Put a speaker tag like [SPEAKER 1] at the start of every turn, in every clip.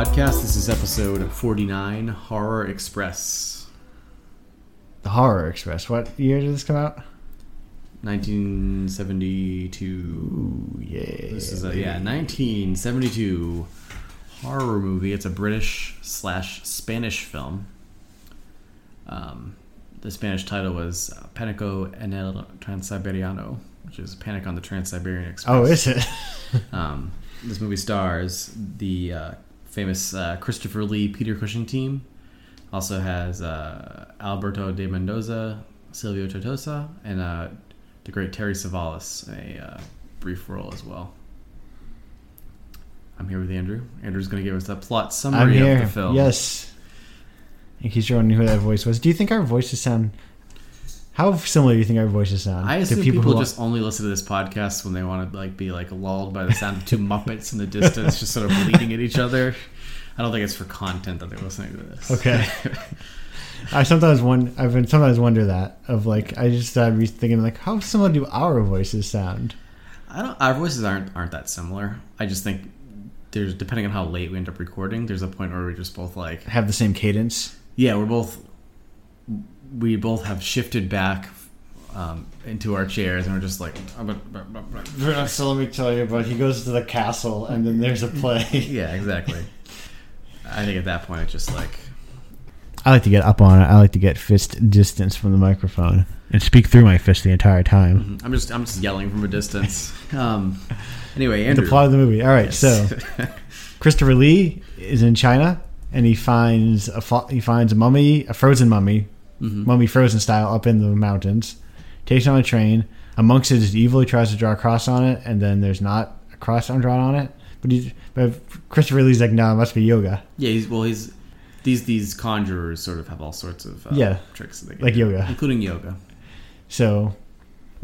[SPEAKER 1] is episode 49 Horror Express.
[SPEAKER 2] The Horror Express. What year did this come out?
[SPEAKER 1] 1972.
[SPEAKER 2] Ooh, yeah.
[SPEAKER 1] This is a, yeah, 1972 horror movie. It's a British slash Spanish film. Um, the Spanish title was Panico en el Transiberiano, which is Panic on the Trans-Siberian Express.
[SPEAKER 2] Oh, is it?
[SPEAKER 1] Um, this movie stars the uh, famous uh, Christopher Lee Peter Cushing team. Also has uh, Alberto de Mendoza, Silvio Tortosa, and uh, the great Terry Savalas in a uh, brief role as well. I'm here with Andrew. Andrew's going to give us a plot
[SPEAKER 2] I'm
[SPEAKER 1] summary of
[SPEAKER 2] here.
[SPEAKER 1] the film.
[SPEAKER 2] Yes. In case you wondering who that voice was, do you think our voices sound? How similar Um, do you think our voices sound
[SPEAKER 1] I assume
[SPEAKER 2] to
[SPEAKER 1] people,
[SPEAKER 2] people, who
[SPEAKER 1] just only listen to this podcast when they want to like be like lulled by the sound of two Muppets in the distance, just sort of bleating at each other. I don't think it's for content that they're listening to this.
[SPEAKER 2] Okay. I sometimes won. I've been sometimes wonder that of like I just started re- thinking like how similar do our voices sound?
[SPEAKER 1] I don't. Our voices aren't aren't that similar. I just think there's depending on how late we end up recording. There's a point where we're just both like,
[SPEAKER 2] Have the same cadence.
[SPEAKER 1] yeah, we're both we both have shifted back um, into our chairs and we're just like,
[SPEAKER 2] So let me tell you about. He goes to the castle and then there's a play.
[SPEAKER 1] yeah, exactly. I think at that point it's just like,
[SPEAKER 2] I like to get up on it. I like to get fist distance from the microphone and speak through my fist the entire time.
[SPEAKER 1] I'm just I'm just yelling from a distance. Um, anyway,
[SPEAKER 2] The
[SPEAKER 1] Andrew.
[SPEAKER 2] plot of the movie. All right, so Christopher Lee is in China and he finds a fo- he finds a mummy, a frozen mummy, mummy frozen style up in the mountains. Takes it on a train. Amongst it is evil. He tries to draw a cross on it, and then there's not a cross drawn on it. But he, but Christopher Lee's like, no, it must be yoga,
[SPEAKER 1] yeah, he's well, he's these these conjurers sort of have all sorts of uh,
[SPEAKER 2] Yeah.
[SPEAKER 1] tricks that they can
[SPEAKER 2] like
[SPEAKER 1] do,
[SPEAKER 2] yoga.
[SPEAKER 1] including yoga.
[SPEAKER 2] So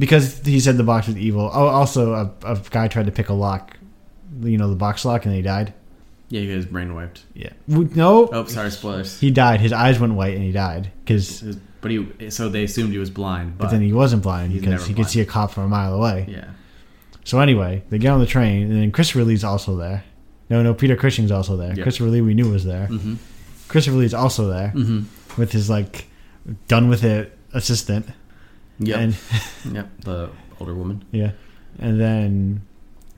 [SPEAKER 2] because he said the box was evil. Oh, also a, a guy tried to pick a lock, you know, the box lock, and he died.
[SPEAKER 1] Yeah, he got his brain wiped.
[SPEAKER 2] Yeah. No.
[SPEAKER 1] Oh, sorry, spoilers.
[SPEAKER 2] He died. His eyes went white, and he died because.
[SPEAKER 1] His- But he, so they assumed he was blind. But,
[SPEAKER 2] But then he wasn't blind
[SPEAKER 1] He's
[SPEAKER 2] because
[SPEAKER 1] never
[SPEAKER 2] he
[SPEAKER 1] blind.
[SPEAKER 2] could see a cop from a mile away.
[SPEAKER 1] yeah,
[SPEAKER 2] So anyway, they get on the train, and then Christopher Lee's also there. No, no, Peter Cushing's also there.
[SPEAKER 1] Yeah.
[SPEAKER 2] Christopher Lee we knew was there.
[SPEAKER 1] Mhm.
[SPEAKER 2] Christopher Lee's also there
[SPEAKER 1] mm-hmm.
[SPEAKER 2] with his like done with it assistant.
[SPEAKER 1] yep,
[SPEAKER 2] And
[SPEAKER 1] yep. The older woman.
[SPEAKER 2] yeah, and then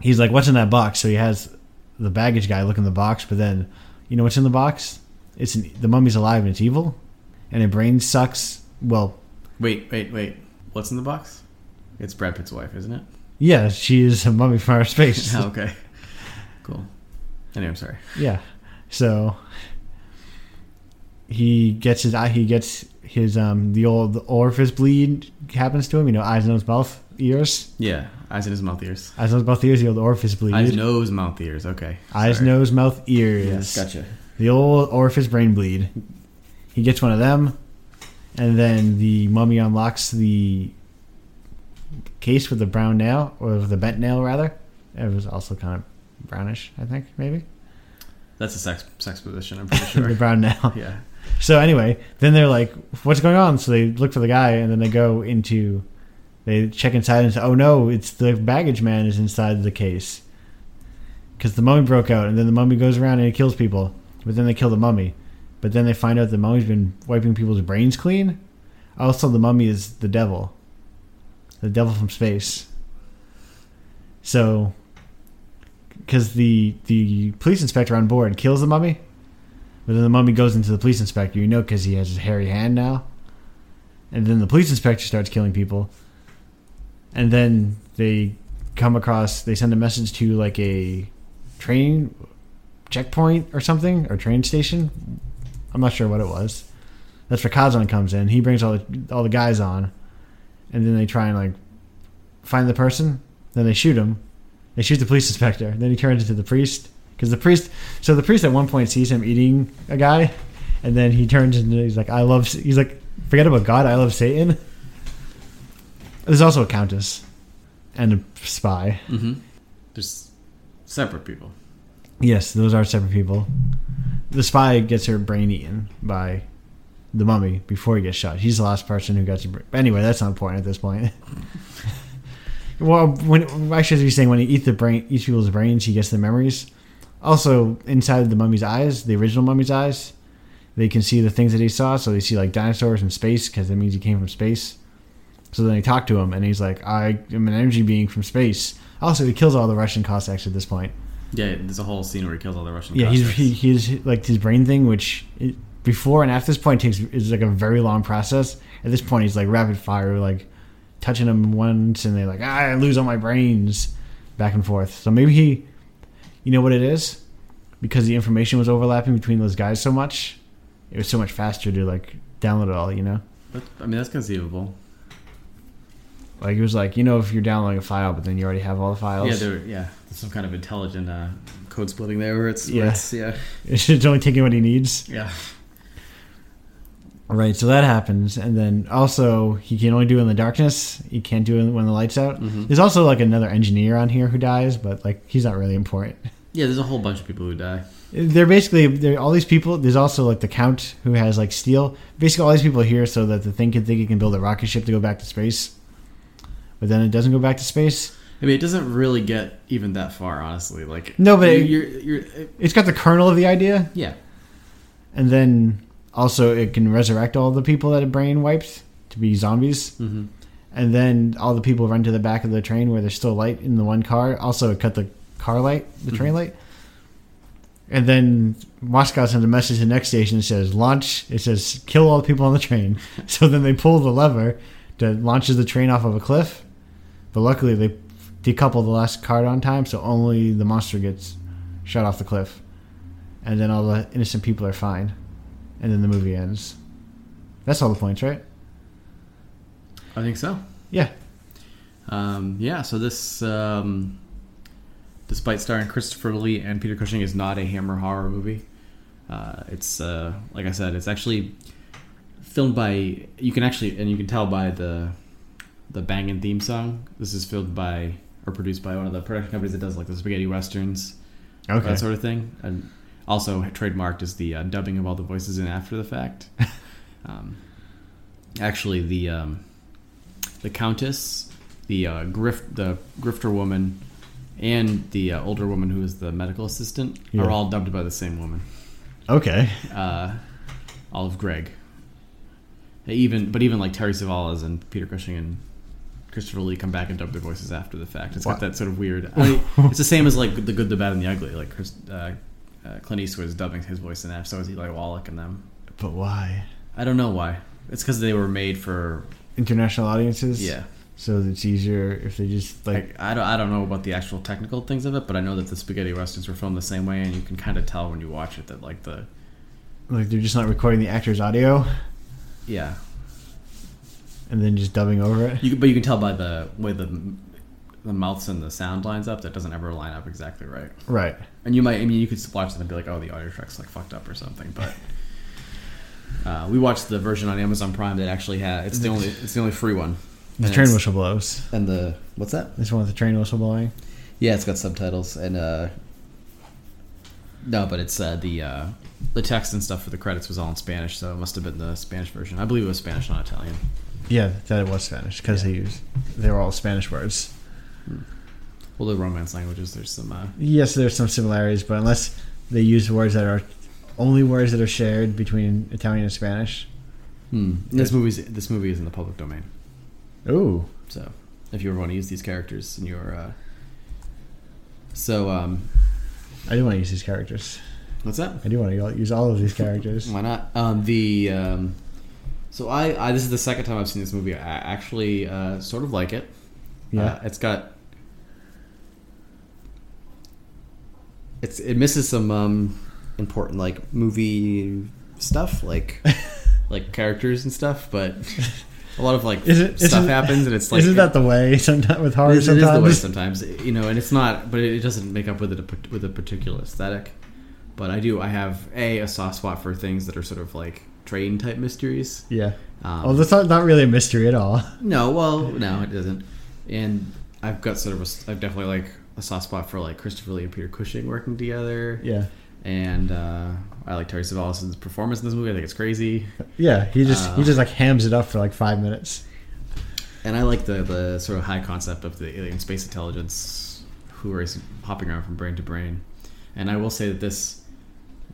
[SPEAKER 2] he's like, "What's in that box?" So he has the baggage guy look in the box, but then you know what's in the box? It's an, the mummy's alive and it's evil, and her brain sucks. Well,
[SPEAKER 1] Wait, wait, wait. What's in the box? It's Brad Pitt's wife, isn't it?
[SPEAKER 2] yeah, she is a mummy from outer space.
[SPEAKER 1] Oh, okay, cool. Anyway, I'm sorry.
[SPEAKER 2] Yeah. So he gets his eye. He gets his um the old orifice bleed happens to him. You know, eyes, nose, mouth, ears.
[SPEAKER 1] Yeah, eyes in his mouth, ears.
[SPEAKER 2] Eyes, nose, mouth, ears. The old orifice bleed.
[SPEAKER 1] Eyes, nose, mouth, ears. Okay.
[SPEAKER 2] Eyes,
[SPEAKER 1] Sorry.
[SPEAKER 2] nose, mouth, ears.
[SPEAKER 1] Yes, gotcha.
[SPEAKER 2] The old orifice brain bleed. He gets one of them, and then the mummy unlocks the case with the brown nail or with the bent nail rather. It was also kind of brownish, I think, maybe
[SPEAKER 1] That's a sex sex position. I'm pretty
[SPEAKER 2] the
[SPEAKER 1] sure.
[SPEAKER 2] brown nail.
[SPEAKER 1] yeah.
[SPEAKER 2] So anyway, then they're like, "What's going on?" So they look for the guy, and then they go into, they check inside and say, "Oh no, it's the baggage man is inside the case," because the mummy broke out, and then the mummy goes around and it kills people. But then they kill the mummy. But then they find out the mummy's been wiping people's brains clean. Also, the mummy is the devil, the devil from space. So, because the the police inspector on board kills the mummy. But then the mummy goes into the police inspector, you know, because he has his hairy hand now. And then the police inspector starts killing people. And then they come across, they send a message to like a train checkpoint or something, or train station. I'm not sure what it was. That's where Kazan comes in. He brings all the, all the guys on. And then they try and like find the person. Then they shoot him. They shoot the police inspector. Then he turns into the priest. Because the priest, so the priest at one point sees him eating a guy, and then he turns and he's like, "I love." He's like, "Forget about God, I love Satan." There's also a countess, and a spy.
[SPEAKER 1] Mm-hmm. Just separate people.
[SPEAKER 2] Yes, those are separate people. The spy gets her brain eaten by the mummy before he gets shot. He's the last person who gets. Her brain. Anyway, that's not important at this point. well, when I should be saying when he eats the brain, eats people's brains, he gets the memories. Also, inside the mummy's eyes, the original mummy's eyes, they can see the things that he saw. So they see like dinosaurs in space because that means he came from space. So then they talk to him, and he's like, "I am an energy being from space." Also, he kills all the Russian Cossacks at this point.
[SPEAKER 1] Yeah, there's a whole scene where he kills all the Russian.
[SPEAKER 2] Yeah, he's
[SPEAKER 1] Cossacks.
[SPEAKER 2] he, he's like his brain thing, which it, before and after this point takes is like a very long process. At this point, he's like rapid fire, like touching them once, and they like ah, I lose all my brains, back and forth. So maybe he, you know what it is, because the information was overlapping between those guys so much, it was so much faster to like download it all. You know,
[SPEAKER 1] That- I mean, that's conceivable.
[SPEAKER 2] like it was like you know if you're downloading a file, but then you already have all the files.
[SPEAKER 1] Yeah, there, yeah, there's some kind of intelligent uh, code splitting there where it's,
[SPEAKER 2] Yeah.
[SPEAKER 1] where it's yeah,
[SPEAKER 2] it's only taking what he needs.
[SPEAKER 1] yeah.
[SPEAKER 2] Right, so that happens, and then also he can only do it in the darkness. He can't do it when the lights out.
[SPEAKER 1] Mhm.
[SPEAKER 2] There's also like another engineer on here who dies, but like he's not really important.
[SPEAKER 1] Yeah, there's a whole bunch of people who die.
[SPEAKER 2] They're basically they're all these people. There's also like the count who has like steel. Basically, all these people are here so that the thing can think it can build a rocket ship to go back to space, but then it doesn't go back to space.
[SPEAKER 1] I mean, it doesn't really get even that far, honestly. Like
[SPEAKER 2] No, but it-
[SPEAKER 1] you're, you're, you're
[SPEAKER 2] It's got the kernel of the idea,
[SPEAKER 1] yeah,
[SPEAKER 2] and then also it can resurrect all the people that a brain wiped to be zombies.
[SPEAKER 1] hmm
[SPEAKER 2] and then all the people run to the back of the train where there's still light in the one car. Also, it cut the car light, the train light. And then Moscow sends a message to the next station that says launch. It says kill all the people on the train. so then they pull the lever that launches the train off of a cliff. But luckily, they decouple the last card on time, so only the monster gets shot off the cliff. And then all the innocent people are fine. And then the movie ends. That's all the points, right?
[SPEAKER 1] I think so.
[SPEAKER 2] Yeah.
[SPEAKER 1] Um, yeah, so this, um, despite starring Christopher Lee and Peter Cushing, is not a Hammer horror movie. Uh, it's uh, like I said, it's actually filmed by. You can actually, and you can tell by the the banging theme song. This is filmed by or produced by one of the production companies that does like the spaghetti westerns,
[SPEAKER 2] Okay.
[SPEAKER 1] that sort of thing. And also trademarked is the uh, dubbing of all the voices in after the fact. um, actually, the um, the countess, the uh, grift, the grifter woman, and the uh, older woman who is the medical assistant
[SPEAKER 2] Yeah.
[SPEAKER 1] are all dubbed by the same woman,
[SPEAKER 2] Okay.
[SPEAKER 1] uh, Olive Gregg. They Even but even like Terry Savalas and Peter Cushing and Christopher Lee come back and dub their voices after the fact. It's
[SPEAKER 2] Wha-
[SPEAKER 1] got that sort of weird. I mean, it's the same as like the good, the bad, and the ugly. Like Chris, uh, uh, Clint Eastwood is dubbing his voice in that. So is Eli Wallach and them.
[SPEAKER 2] But why?
[SPEAKER 1] I don't know why. It's because they were made for
[SPEAKER 2] International audiences?
[SPEAKER 1] yeah.
[SPEAKER 2] So it's easier if they just like
[SPEAKER 1] Like I don't, I don't know about the actual technical things of it, but I know that the spaghetti westerns were filmed the same way, and you can kind of tell when you watch it that like the
[SPEAKER 2] like they're just not recording the actor's audio
[SPEAKER 1] yeah, you
[SPEAKER 2] and then just dubbing over it.
[SPEAKER 1] can- but you can tell by the way the the mouths and the sound lines up that doesn't ever line up exactly right.
[SPEAKER 2] Right.
[SPEAKER 1] And you might, I mean, you could watch it and be like, oh, the audio track's like fucked up or something, but. Uh, we watched the version on Amazon Prime that actually had it's the only it's the only free one.
[SPEAKER 2] The
[SPEAKER 1] And
[SPEAKER 2] train
[SPEAKER 1] it's-
[SPEAKER 2] whistle blows.
[SPEAKER 1] and the what's that?
[SPEAKER 2] This one with the train whistle blowing.
[SPEAKER 1] Yeah, it's got subtitles and uh no, but it's uh, the uh, the text and stuff for the credits was all in Spanish, so it must have been the Spanish version. I believe it was Spanish, not Italian.
[SPEAKER 2] Yeah, that it was Spanish because
[SPEAKER 1] Yeah.
[SPEAKER 2] they used they were all Spanish words.
[SPEAKER 1] Well, the Romance languages, there's some. Uh,
[SPEAKER 2] Yes, there's some similarities, but unless they use words that are only words that are shared between Italian and Spanish.
[SPEAKER 1] hmm. This movie's this movie is in the public domain,
[SPEAKER 2] Ooh.
[SPEAKER 1] so if you ever want to use these characters in your, uh, so um,
[SPEAKER 2] I do want to use these characters.
[SPEAKER 1] what's that?
[SPEAKER 2] I do want to use all of these characters.
[SPEAKER 1] Why not? Um, the um, so I, I this is the second time I've seen this movie. I actually uh, sort of like it.
[SPEAKER 2] Yeah.
[SPEAKER 1] Uh, it's got it's it misses some um, important like movie stuff, like like characters and stuff, but a lot of like
[SPEAKER 2] Is it-
[SPEAKER 1] stuff
[SPEAKER 2] isn't-
[SPEAKER 1] happens and it's like
[SPEAKER 2] Isn't that the way sometimes with horror
[SPEAKER 1] it is, it is
[SPEAKER 2] sometimes?
[SPEAKER 1] the way sometimes, you know, and it's not, but it doesn't make up with it a, with a particular aesthetic. But I do, I have a a soft spot for things that are sort of like train type mysteries.
[SPEAKER 2] Yeah.
[SPEAKER 1] Um,
[SPEAKER 2] Oh, that's not, not really a mystery at all.
[SPEAKER 1] no, well, no, it doesn't. And I've got sort of a, s- I've definitely like a soft spot for like Christopher Lee and Peter Cushing working together.
[SPEAKER 2] Yeah.
[SPEAKER 1] And uh, I like Terry Savalas' performance in this movie. I think it's crazy.
[SPEAKER 2] Yeah, he just he
[SPEAKER 1] Uh,
[SPEAKER 2] just like hams it up for like five minutes.
[SPEAKER 1] And I like the, the sort of high concept of the alien space intelligence who is hopping around from brain to brain. And I will say that this,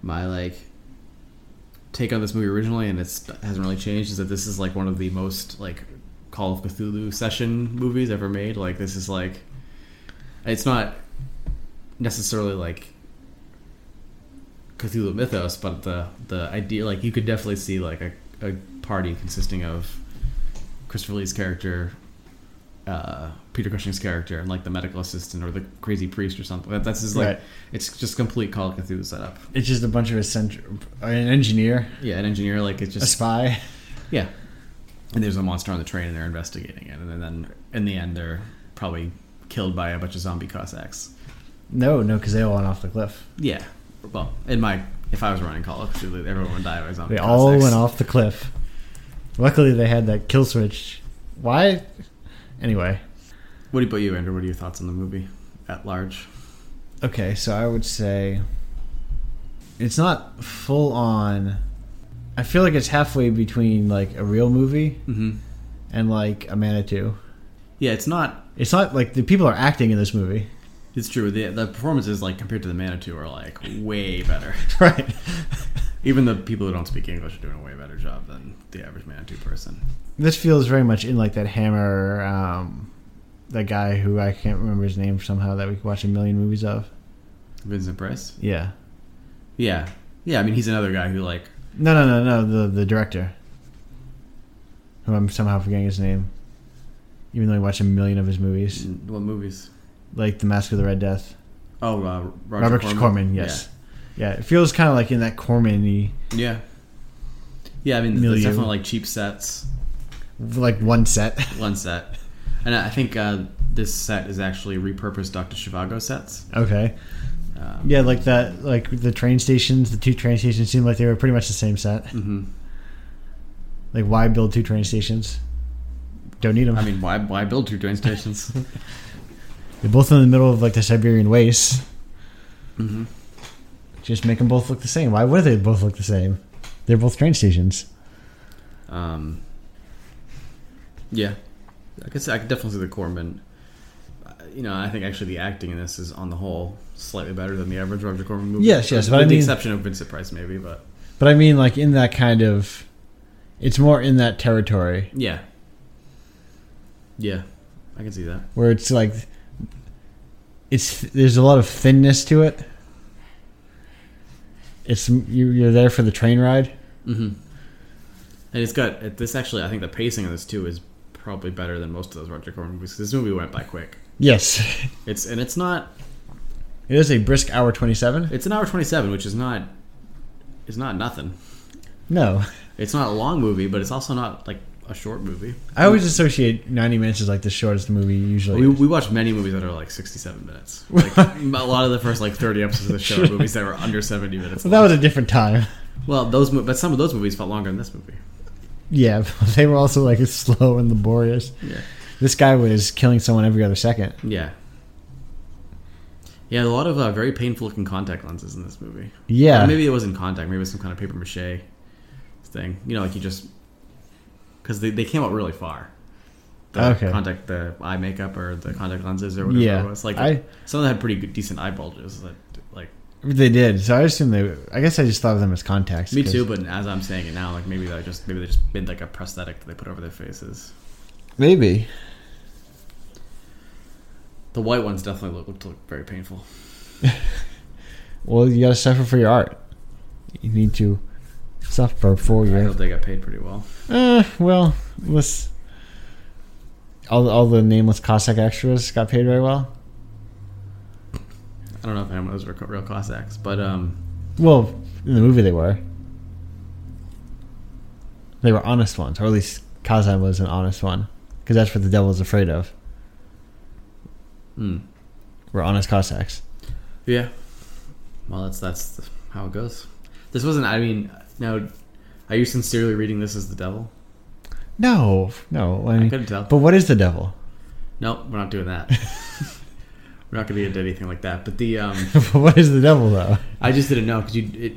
[SPEAKER 1] my like take on this movie originally, and it's hasn't really changed, is that this is like one of the most like Call of Cthulhu session movies ever made. Like this is like, it's not necessarily like Cthulhu mythos, but the the idea like you could definitely see like a, a party consisting of Christopher Lee's character, uh, Peter Cushing's character, and like the medical assistant or the crazy priest or something. That, that's just like
[SPEAKER 2] Right.
[SPEAKER 1] it's just complete Call of Cthulhu setup.
[SPEAKER 2] It's just a bunch of essential, an engineer,
[SPEAKER 1] Yeah, an engineer like it's
[SPEAKER 2] a
[SPEAKER 1] just
[SPEAKER 2] spy.
[SPEAKER 1] yeah, and there's a monster on the train and they're investigating it, and then in the end they're probably killed by a bunch of zombie Cossacks.
[SPEAKER 2] No, no, because they all went off the cliff.
[SPEAKER 1] Yeah, well, in my if I was running Call of Cthulhu, everyone would die by zombie.
[SPEAKER 2] They all
[SPEAKER 1] Cossacks.
[SPEAKER 2] went off the cliff. Luckily, they had that kill switch. Why? Anyway,
[SPEAKER 1] What about you, Andrew? What are your thoughts on the movie at large?
[SPEAKER 2] okay, so I would say it's not full on. I feel like it's halfway between like a real movie
[SPEAKER 1] Mm-hmm.
[SPEAKER 2] and like a Manitou.
[SPEAKER 1] Yeah, it's not.
[SPEAKER 2] It's not like the people are acting in this movie,
[SPEAKER 1] It's true. The, the performances, like compared to the Manitou, are like way better.
[SPEAKER 2] right?
[SPEAKER 1] Even the people who don't speak English are doing a way better job than the average Manitou person.
[SPEAKER 2] This feels very much in like that Hammer, um, that guy who I can't remember his name somehow that we watch a million movies of.
[SPEAKER 1] Vincent Price.
[SPEAKER 2] Yeah.
[SPEAKER 1] Yeah, yeah. I mean, he's another guy who like
[SPEAKER 2] No, no, no, no. The the director, who I'm somehow forgetting his name, even though I watch a million of his movies,
[SPEAKER 1] what movies?
[SPEAKER 2] like The Mask of the Red Death.
[SPEAKER 1] Oh, uh, Roger
[SPEAKER 2] Robert Corman, yes, yeah. It feels kind of like in that Corman-y,
[SPEAKER 1] Yeah. yeah. Yeah, I mean,
[SPEAKER 2] Milieu.
[SPEAKER 1] there's definitely like cheap sets,
[SPEAKER 2] like one set.
[SPEAKER 1] one set, and I I think uh, this set is actually repurposed Doctor Shivago sets.
[SPEAKER 2] okay,
[SPEAKER 1] Um,
[SPEAKER 2] yeah, like that, like the train stations. The two train stations seemed like they were pretty much the same set.
[SPEAKER 1] hmm
[SPEAKER 2] Like, why build two train stations? Don't need them.
[SPEAKER 1] I mean, why why build two train stations?
[SPEAKER 2] They're both in the middle of like the Siberian wastes.
[SPEAKER 1] hmm
[SPEAKER 2] Just make them both look the same. Why would they both look the same? They're both train stations.
[SPEAKER 1] Um, yeah, I could say, I could definitely see the Corman. Uh, You know, I think actually the acting in this is on the whole slightly better than the average Roger Corman movie.
[SPEAKER 2] Yes, yes,
[SPEAKER 1] with
[SPEAKER 2] but I
[SPEAKER 1] the
[SPEAKER 2] mean-
[SPEAKER 1] exception of Vincent Price, maybe. But
[SPEAKER 2] But I mean, like in that kind of, it's more in that territory
[SPEAKER 1] yeah, yeah, I can see that.
[SPEAKER 2] where it's like, it's there's a lot of thinness to it. It's you, you're there for the train ride.
[SPEAKER 1] Mm-hmm. And it's got it- this actually. I think the pacing of this too is probably better than most of those Roger Corman movies. 'cause This movie went by quick.
[SPEAKER 2] Yes,
[SPEAKER 1] It's and it's not.
[SPEAKER 2] it is a brisk hour twenty-seven.
[SPEAKER 1] It's an hour twenty seven, which is not. Is not nothing.
[SPEAKER 2] No,
[SPEAKER 1] It's not a long movie, but it's also not like a short movie.
[SPEAKER 2] I always associate ninety minutes as like the shortest movie usually.
[SPEAKER 1] We, we watched many movies that are like 67 minutes. Like, a lot of the first like 30 episodes of the show are movies that were under 70 minutes.
[SPEAKER 2] well, that
[SPEAKER 1] long.
[SPEAKER 2] was a different time.
[SPEAKER 1] well, those mo- but some of those movies felt longer than this movie.
[SPEAKER 2] Yeah, they were also like slow and laborious.
[SPEAKER 1] Yeah,
[SPEAKER 2] This guy was killing someone every other second.
[SPEAKER 1] yeah, yeah. A lot of uh, very painful looking contact lenses in this movie.
[SPEAKER 2] Yeah,
[SPEAKER 1] maybe it wasn't contact. Maybe it was some kind of paper mache thing. You know, like you just because they, they came out really far. The
[SPEAKER 2] Okay.
[SPEAKER 1] Contact the eye makeup or the contact lenses or whatever
[SPEAKER 2] Yeah.
[SPEAKER 1] it was. Like
[SPEAKER 2] I-
[SPEAKER 1] some of them had pretty good, decent eye bulges. That, like
[SPEAKER 2] they did. So I assume they. I guess I just thought of them as contacts.
[SPEAKER 1] me
[SPEAKER 2] 'cause-
[SPEAKER 1] too. But as I'm saying it now, like maybe they just maybe they just made like a prosthetic that they put over their faces.
[SPEAKER 2] Maybe.
[SPEAKER 1] The white ones definitely looked, looked, looked very painful.
[SPEAKER 2] Well, you gotta suffer for your art. You need to suffer for
[SPEAKER 1] I
[SPEAKER 2] your.
[SPEAKER 1] hope they got paid pretty well.
[SPEAKER 2] Uh, well, let's. All, all the nameless Cossack extras got paid very well.
[SPEAKER 1] I don't know if anyone was real Cossacks, but um,
[SPEAKER 2] Well, in the movie they were. They were honest ones, or at least Kazan was an honest one, because that's what the devil's afraid of.
[SPEAKER 1] mm,
[SPEAKER 2] We're honest Cossacks.
[SPEAKER 1] Yeah. Well, that's that's how it goes. This wasn't. I mean, now, are you sincerely reading this as the devil?
[SPEAKER 2] No, no. I
[SPEAKER 1] I
[SPEAKER 2] mean,
[SPEAKER 1] couldn't tell.
[SPEAKER 2] but what is the devil?
[SPEAKER 1] no, we're not doing that. we're not going to get into anything like that. But the um,
[SPEAKER 2] what is the devil though?
[SPEAKER 1] I just didn't know because you it.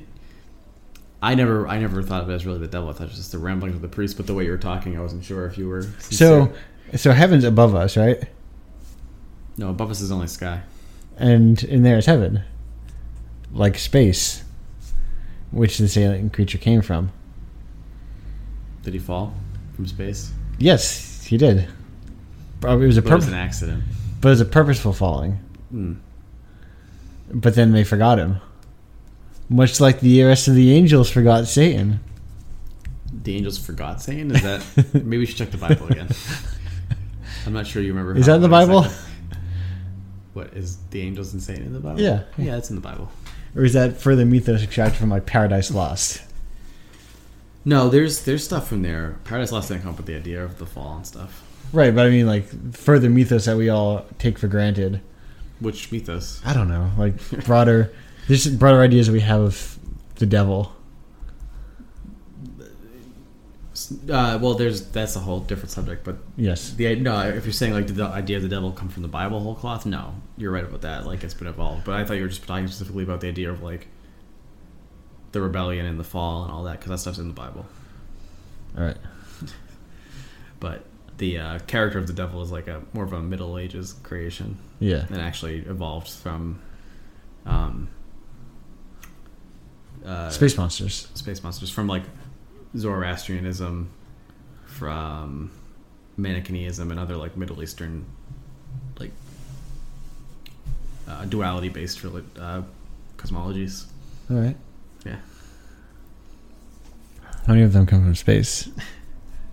[SPEAKER 1] I never, I never thought of it as really the devil. I thought it was just the ramblings of the priest. But the way you were talking, I wasn't sure if you were. sincere.
[SPEAKER 2] So, so heaven's above us, right?
[SPEAKER 1] no, above us is only sky.
[SPEAKER 2] And in there is heaven. like space, which this alien creature came from.
[SPEAKER 1] Did he fall from space?
[SPEAKER 2] Yes, he did. Uh, It was a
[SPEAKER 1] But it was
[SPEAKER 2] purpose,
[SPEAKER 1] an accident.
[SPEAKER 2] but it was a purposeful falling.
[SPEAKER 1] Hmm.
[SPEAKER 2] But then they forgot him, much like the rest of the angels forgot Satan.
[SPEAKER 1] The angels forgot Satan? Is that. maybe we should check the Bible again. I'm not sure you remember.
[SPEAKER 2] Is
[SPEAKER 1] how-
[SPEAKER 2] that in the
[SPEAKER 1] what
[SPEAKER 2] Bible,
[SPEAKER 1] exactly- What, is the angels and Satan in the Bible?
[SPEAKER 2] Yeah.
[SPEAKER 1] Yeah, it's in the Bible.
[SPEAKER 2] or is that further mythos extracted from like Paradise Lost?
[SPEAKER 1] No, there's there's stuff from there. Paradise Lost didn't come up with the idea of the fall and stuff.
[SPEAKER 2] Right, but I mean like further mythos that we all take for granted.
[SPEAKER 1] Which mythos?
[SPEAKER 2] I don't know, like broader, there's broader ideas we have of the devil.
[SPEAKER 1] S- Uh, well, there's that's a whole different subject. But
[SPEAKER 2] Yes,
[SPEAKER 1] the no, if you're saying like did the idea of the devil come from the Bible whole cloth, no, you're right about that. Like it's been evolved. But I thought you were just talking specifically about the idea of like the rebellion and the fall and all that because that stuff's in the Bible.
[SPEAKER 2] all right.
[SPEAKER 1] But the uh, character of the devil is like a more of a Middle Ages creation.
[SPEAKER 2] Yeah.
[SPEAKER 1] and actually evolved from um, uh,
[SPEAKER 2] Space monsters.
[SPEAKER 1] space monsters from like Zoroastrianism, from Manichaeism, and other like Middle Eastern like uh, duality based uh, cosmologies.
[SPEAKER 2] All right.
[SPEAKER 1] Yeah.
[SPEAKER 2] How many of them come from space?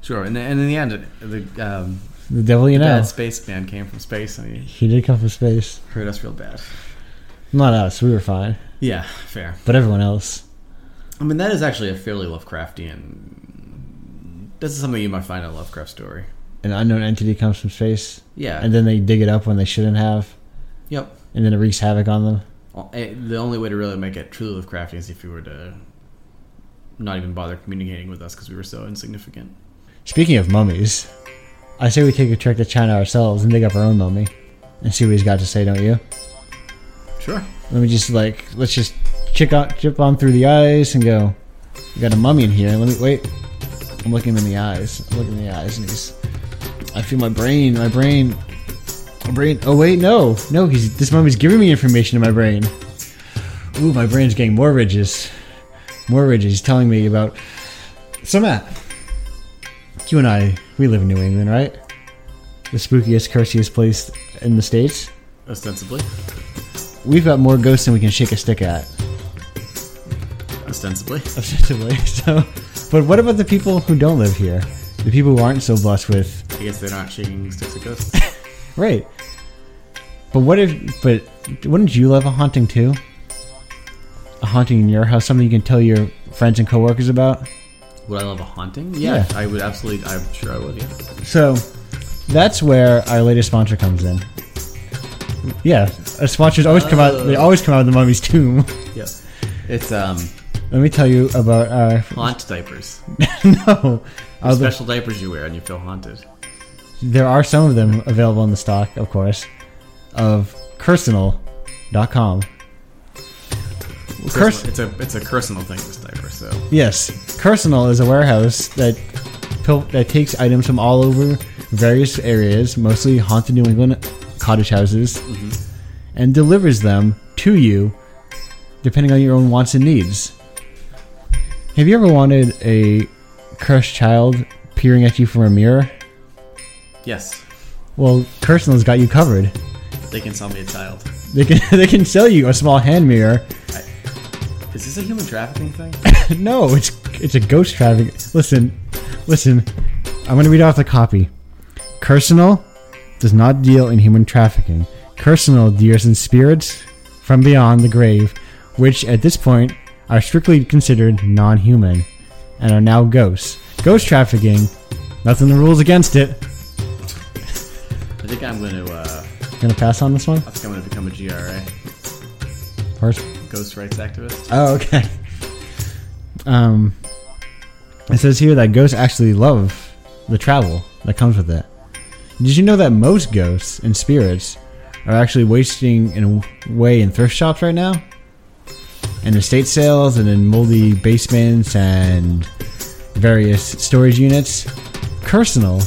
[SPEAKER 1] Sure, and, and in the end, the, um,
[SPEAKER 2] The devil, you
[SPEAKER 1] the
[SPEAKER 2] know.
[SPEAKER 1] bad space man came from space and he
[SPEAKER 2] He did come from space.
[SPEAKER 1] hurt us real bad.
[SPEAKER 2] Not us. We were fine,
[SPEAKER 1] Yeah, fair.
[SPEAKER 2] but everyone else.
[SPEAKER 1] I mean, that is actually a fairly Lovecraftian. This is something you might find in a Lovecraft story.
[SPEAKER 2] An unknown entity comes from space,
[SPEAKER 1] Yeah.
[SPEAKER 2] and then they dig it up when they shouldn't have,
[SPEAKER 1] yep.
[SPEAKER 2] and then it wreaks havoc on them.
[SPEAKER 1] Well, eh, The only way to really make it truly Lovecraftian is if you were to not even bother communicating with us because we were so insignificant.
[SPEAKER 2] Speaking of mummies, I say we take a trip to China ourselves and dig up our own mummy, and see what he's got to say. Don't you?
[SPEAKER 1] Sure.
[SPEAKER 2] Let me just like let's just chick on, chip on through the ice and go. We got a mummy in here. Let me wait. I'm looking him in the eyes. I'm looking in the eyes, and he's. I feel my brain. My brain. My brain. Oh wait, no, no. He's this mummy's giving me information in my brain. Ooh, my brain's getting more ridges. More ridges. He's telling me about. So Matt, you and I, we live in New England, right? The spookiest, cursiest place in the states.
[SPEAKER 1] Ostensibly.
[SPEAKER 2] We've got more ghosts than we can shake a stick at.
[SPEAKER 1] Ostensibly.
[SPEAKER 2] ostensibly. So, but what about the people who don't live here? The people who aren't so blessed with
[SPEAKER 1] I guess they're not shaking sticks at ghosts.
[SPEAKER 2] right. But what if? But wouldn't you love a haunting too? A haunting in your house, something you can tell your friends and coworkers about.
[SPEAKER 1] would I love a haunting? Yeah,
[SPEAKER 2] Yeah.
[SPEAKER 1] I would absolutely. I'm sure I would. Yeah.
[SPEAKER 2] So that's where our latest sponsor comes in. Yeah, our sponsors always come out. They always come out of the mummy's tomb.
[SPEAKER 1] Yeah. It's um
[SPEAKER 2] Let me tell you about our
[SPEAKER 1] haunt diapers.
[SPEAKER 2] no. Our-
[SPEAKER 1] Special diapers you wear and you feel haunted.
[SPEAKER 2] There are some of them available in the stock, of course, of Cursinal.com. Curse,
[SPEAKER 1] It's a it's a personal thing. This diaper. So
[SPEAKER 2] yes, Cursinal is a warehouse that pil- that takes items from all over various areas, mostly haunted New England cottage houses, and delivers them to you, depending on your own wants and needs. Have you ever wanted a cursed child peering at you from a mirror?
[SPEAKER 1] yes,
[SPEAKER 2] Well, Cursinal's got you covered.
[SPEAKER 1] they can sell me a child.
[SPEAKER 2] They can they can sell you a small hand mirror.
[SPEAKER 1] Is this a human trafficking thing?
[SPEAKER 2] no, it's it's a ghost traffic. Listen, listen. I'm gonna read off the copy. Cursinal does not deal in human trafficking. Cursinal deals in spirits from beyond the grave, which at this point are strictly considered non-human and are now ghosts. Ghost trafficking, nothing the rules against it.
[SPEAKER 1] I think I'm going to. Uh,
[SPEAKER 2] Gonna pass on this one
[SPEAKER 1] I think I'm going to become a GRA,
[SPEAKER 2] first.
[SPEAKER 1] ghost rights activist.
[SPEAKER 2] Oh, okay. Um, it says here that ghosts actually love the travel that comes with it. Did you know that most ghosts and spirits are actually wasting in way in thrift shops right now, and estate sales, and in moldy basements and various storage units? Personal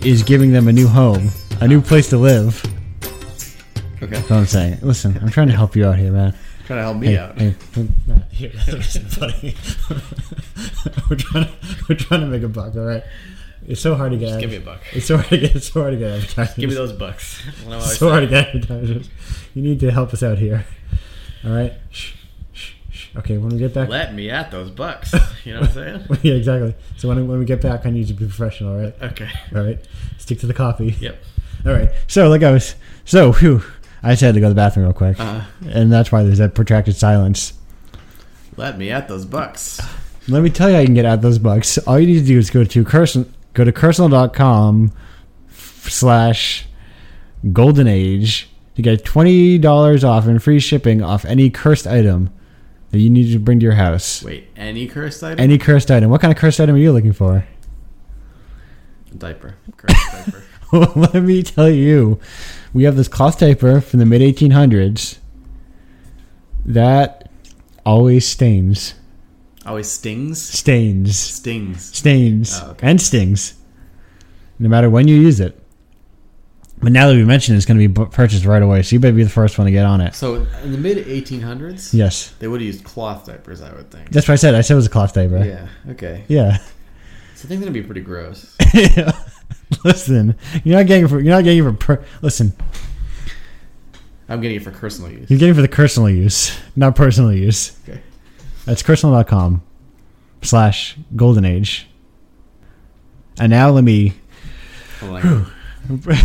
[SPEAKER 2] is giving them a new home, a new place to live.
[SPEAKER 1] Okay.
[SPEAKER 2] That's what I'm saying. Listen, I'm trying to help you out here, man.
[SPEAKER 1] Trying to help me
[SPEAKER 2] Hey,
[SPEAKER 1] out.
[SPEAKER 2] hey, hey, no, here, that wasn't funny. we're trying to we're trying to make a buck. All right, it's so hard to get.
[SPEAKER 3] Just give
[SPEAKER 2] adver-
[SPEAKER 3] me a buck.
[SPEAKER 2] it's so hard to get. It's so hard to get advertisers.
[SPEAKER 3] Give me those bucks. What I'm always
[SPEAKER 2] so hard to
[SPEAKER 3] saying.
[SPEAKER 2] get advertisers. You need to help us out here. All right. Shh, shh, shh. Okay, when we get back.
[SPEAKER 3] Let me at those bucks. You know what I'm saying?
[SPEAKER 2] yeah, exactly. So when, when we get back, I need you to be professional. All right.
[SPEAKER 3] Okay.
[SPEAKER 2] All right. Stick to the coffee.
[SPEAKER 3] Yep.
[SPEAKER 2] All right. So like I was. So whew, I just had to go to the bathroom real quick,
[SPEAKER 3] Uh,
[SPEAKER 2] and that's why there's that protracted silence.
[SPEAKER 1] Let me at those bucks.
[SPEAKER 2] Let me tell you, I can get out those bucks. All you need to do is go to Curson, go to Cursonal.com slash golden age to get $20 off and free shipping off any cursed item that you need to bring to your house.
[SPEAKER 1] Wait, any cursed item?
[SPEAKER 2] Any cursed item. What kind of cursed item are you looking for?
[SPEAKER 1] diaper. Cursed diaper.
[SPEAKER 2] Let me tell you, we have this cloth diaper from the mid 1800s that always stains.
[SPEAKER 1] Always stings.
[SPEAKER 2] Stains.
[SPEAKER 1] Stings.
[SPEAKER 2] stains
[SPEAKER 1] Oh, okay.
[SPEAKER 2] and stings, no matter when you use it. But now that we mentioned, it, it's going to be bu- purchased right away, so you better be the first one to get on it.
[SPEAKER 1] So in the mid 1800s,
[SPEAKER 2] Yes,
[SPEAKER 1] they would have used cloth diapers, I would think.
[SPEAKER 2] that's what I said. I said it was a cloth diaper.
[SPEAKER 1] Yeah. Okay.
[SPEAKER 2] Yeah.
[SPEAKER 1] So I think that'd be pretty gross.
[SPEAKER 2] listen, you're not getting it for you're not getting it for per- listen.
[SPEAKER 1] I'm getting it for personal use.
[SPEAKER 2] You're getting it for the personal use, not personal use.
[SPEAKER 1] Okay.
[SPEAKER 2] That's personal.com slash golden age. And now let me.
[SPEAKER 1] I'm like, we're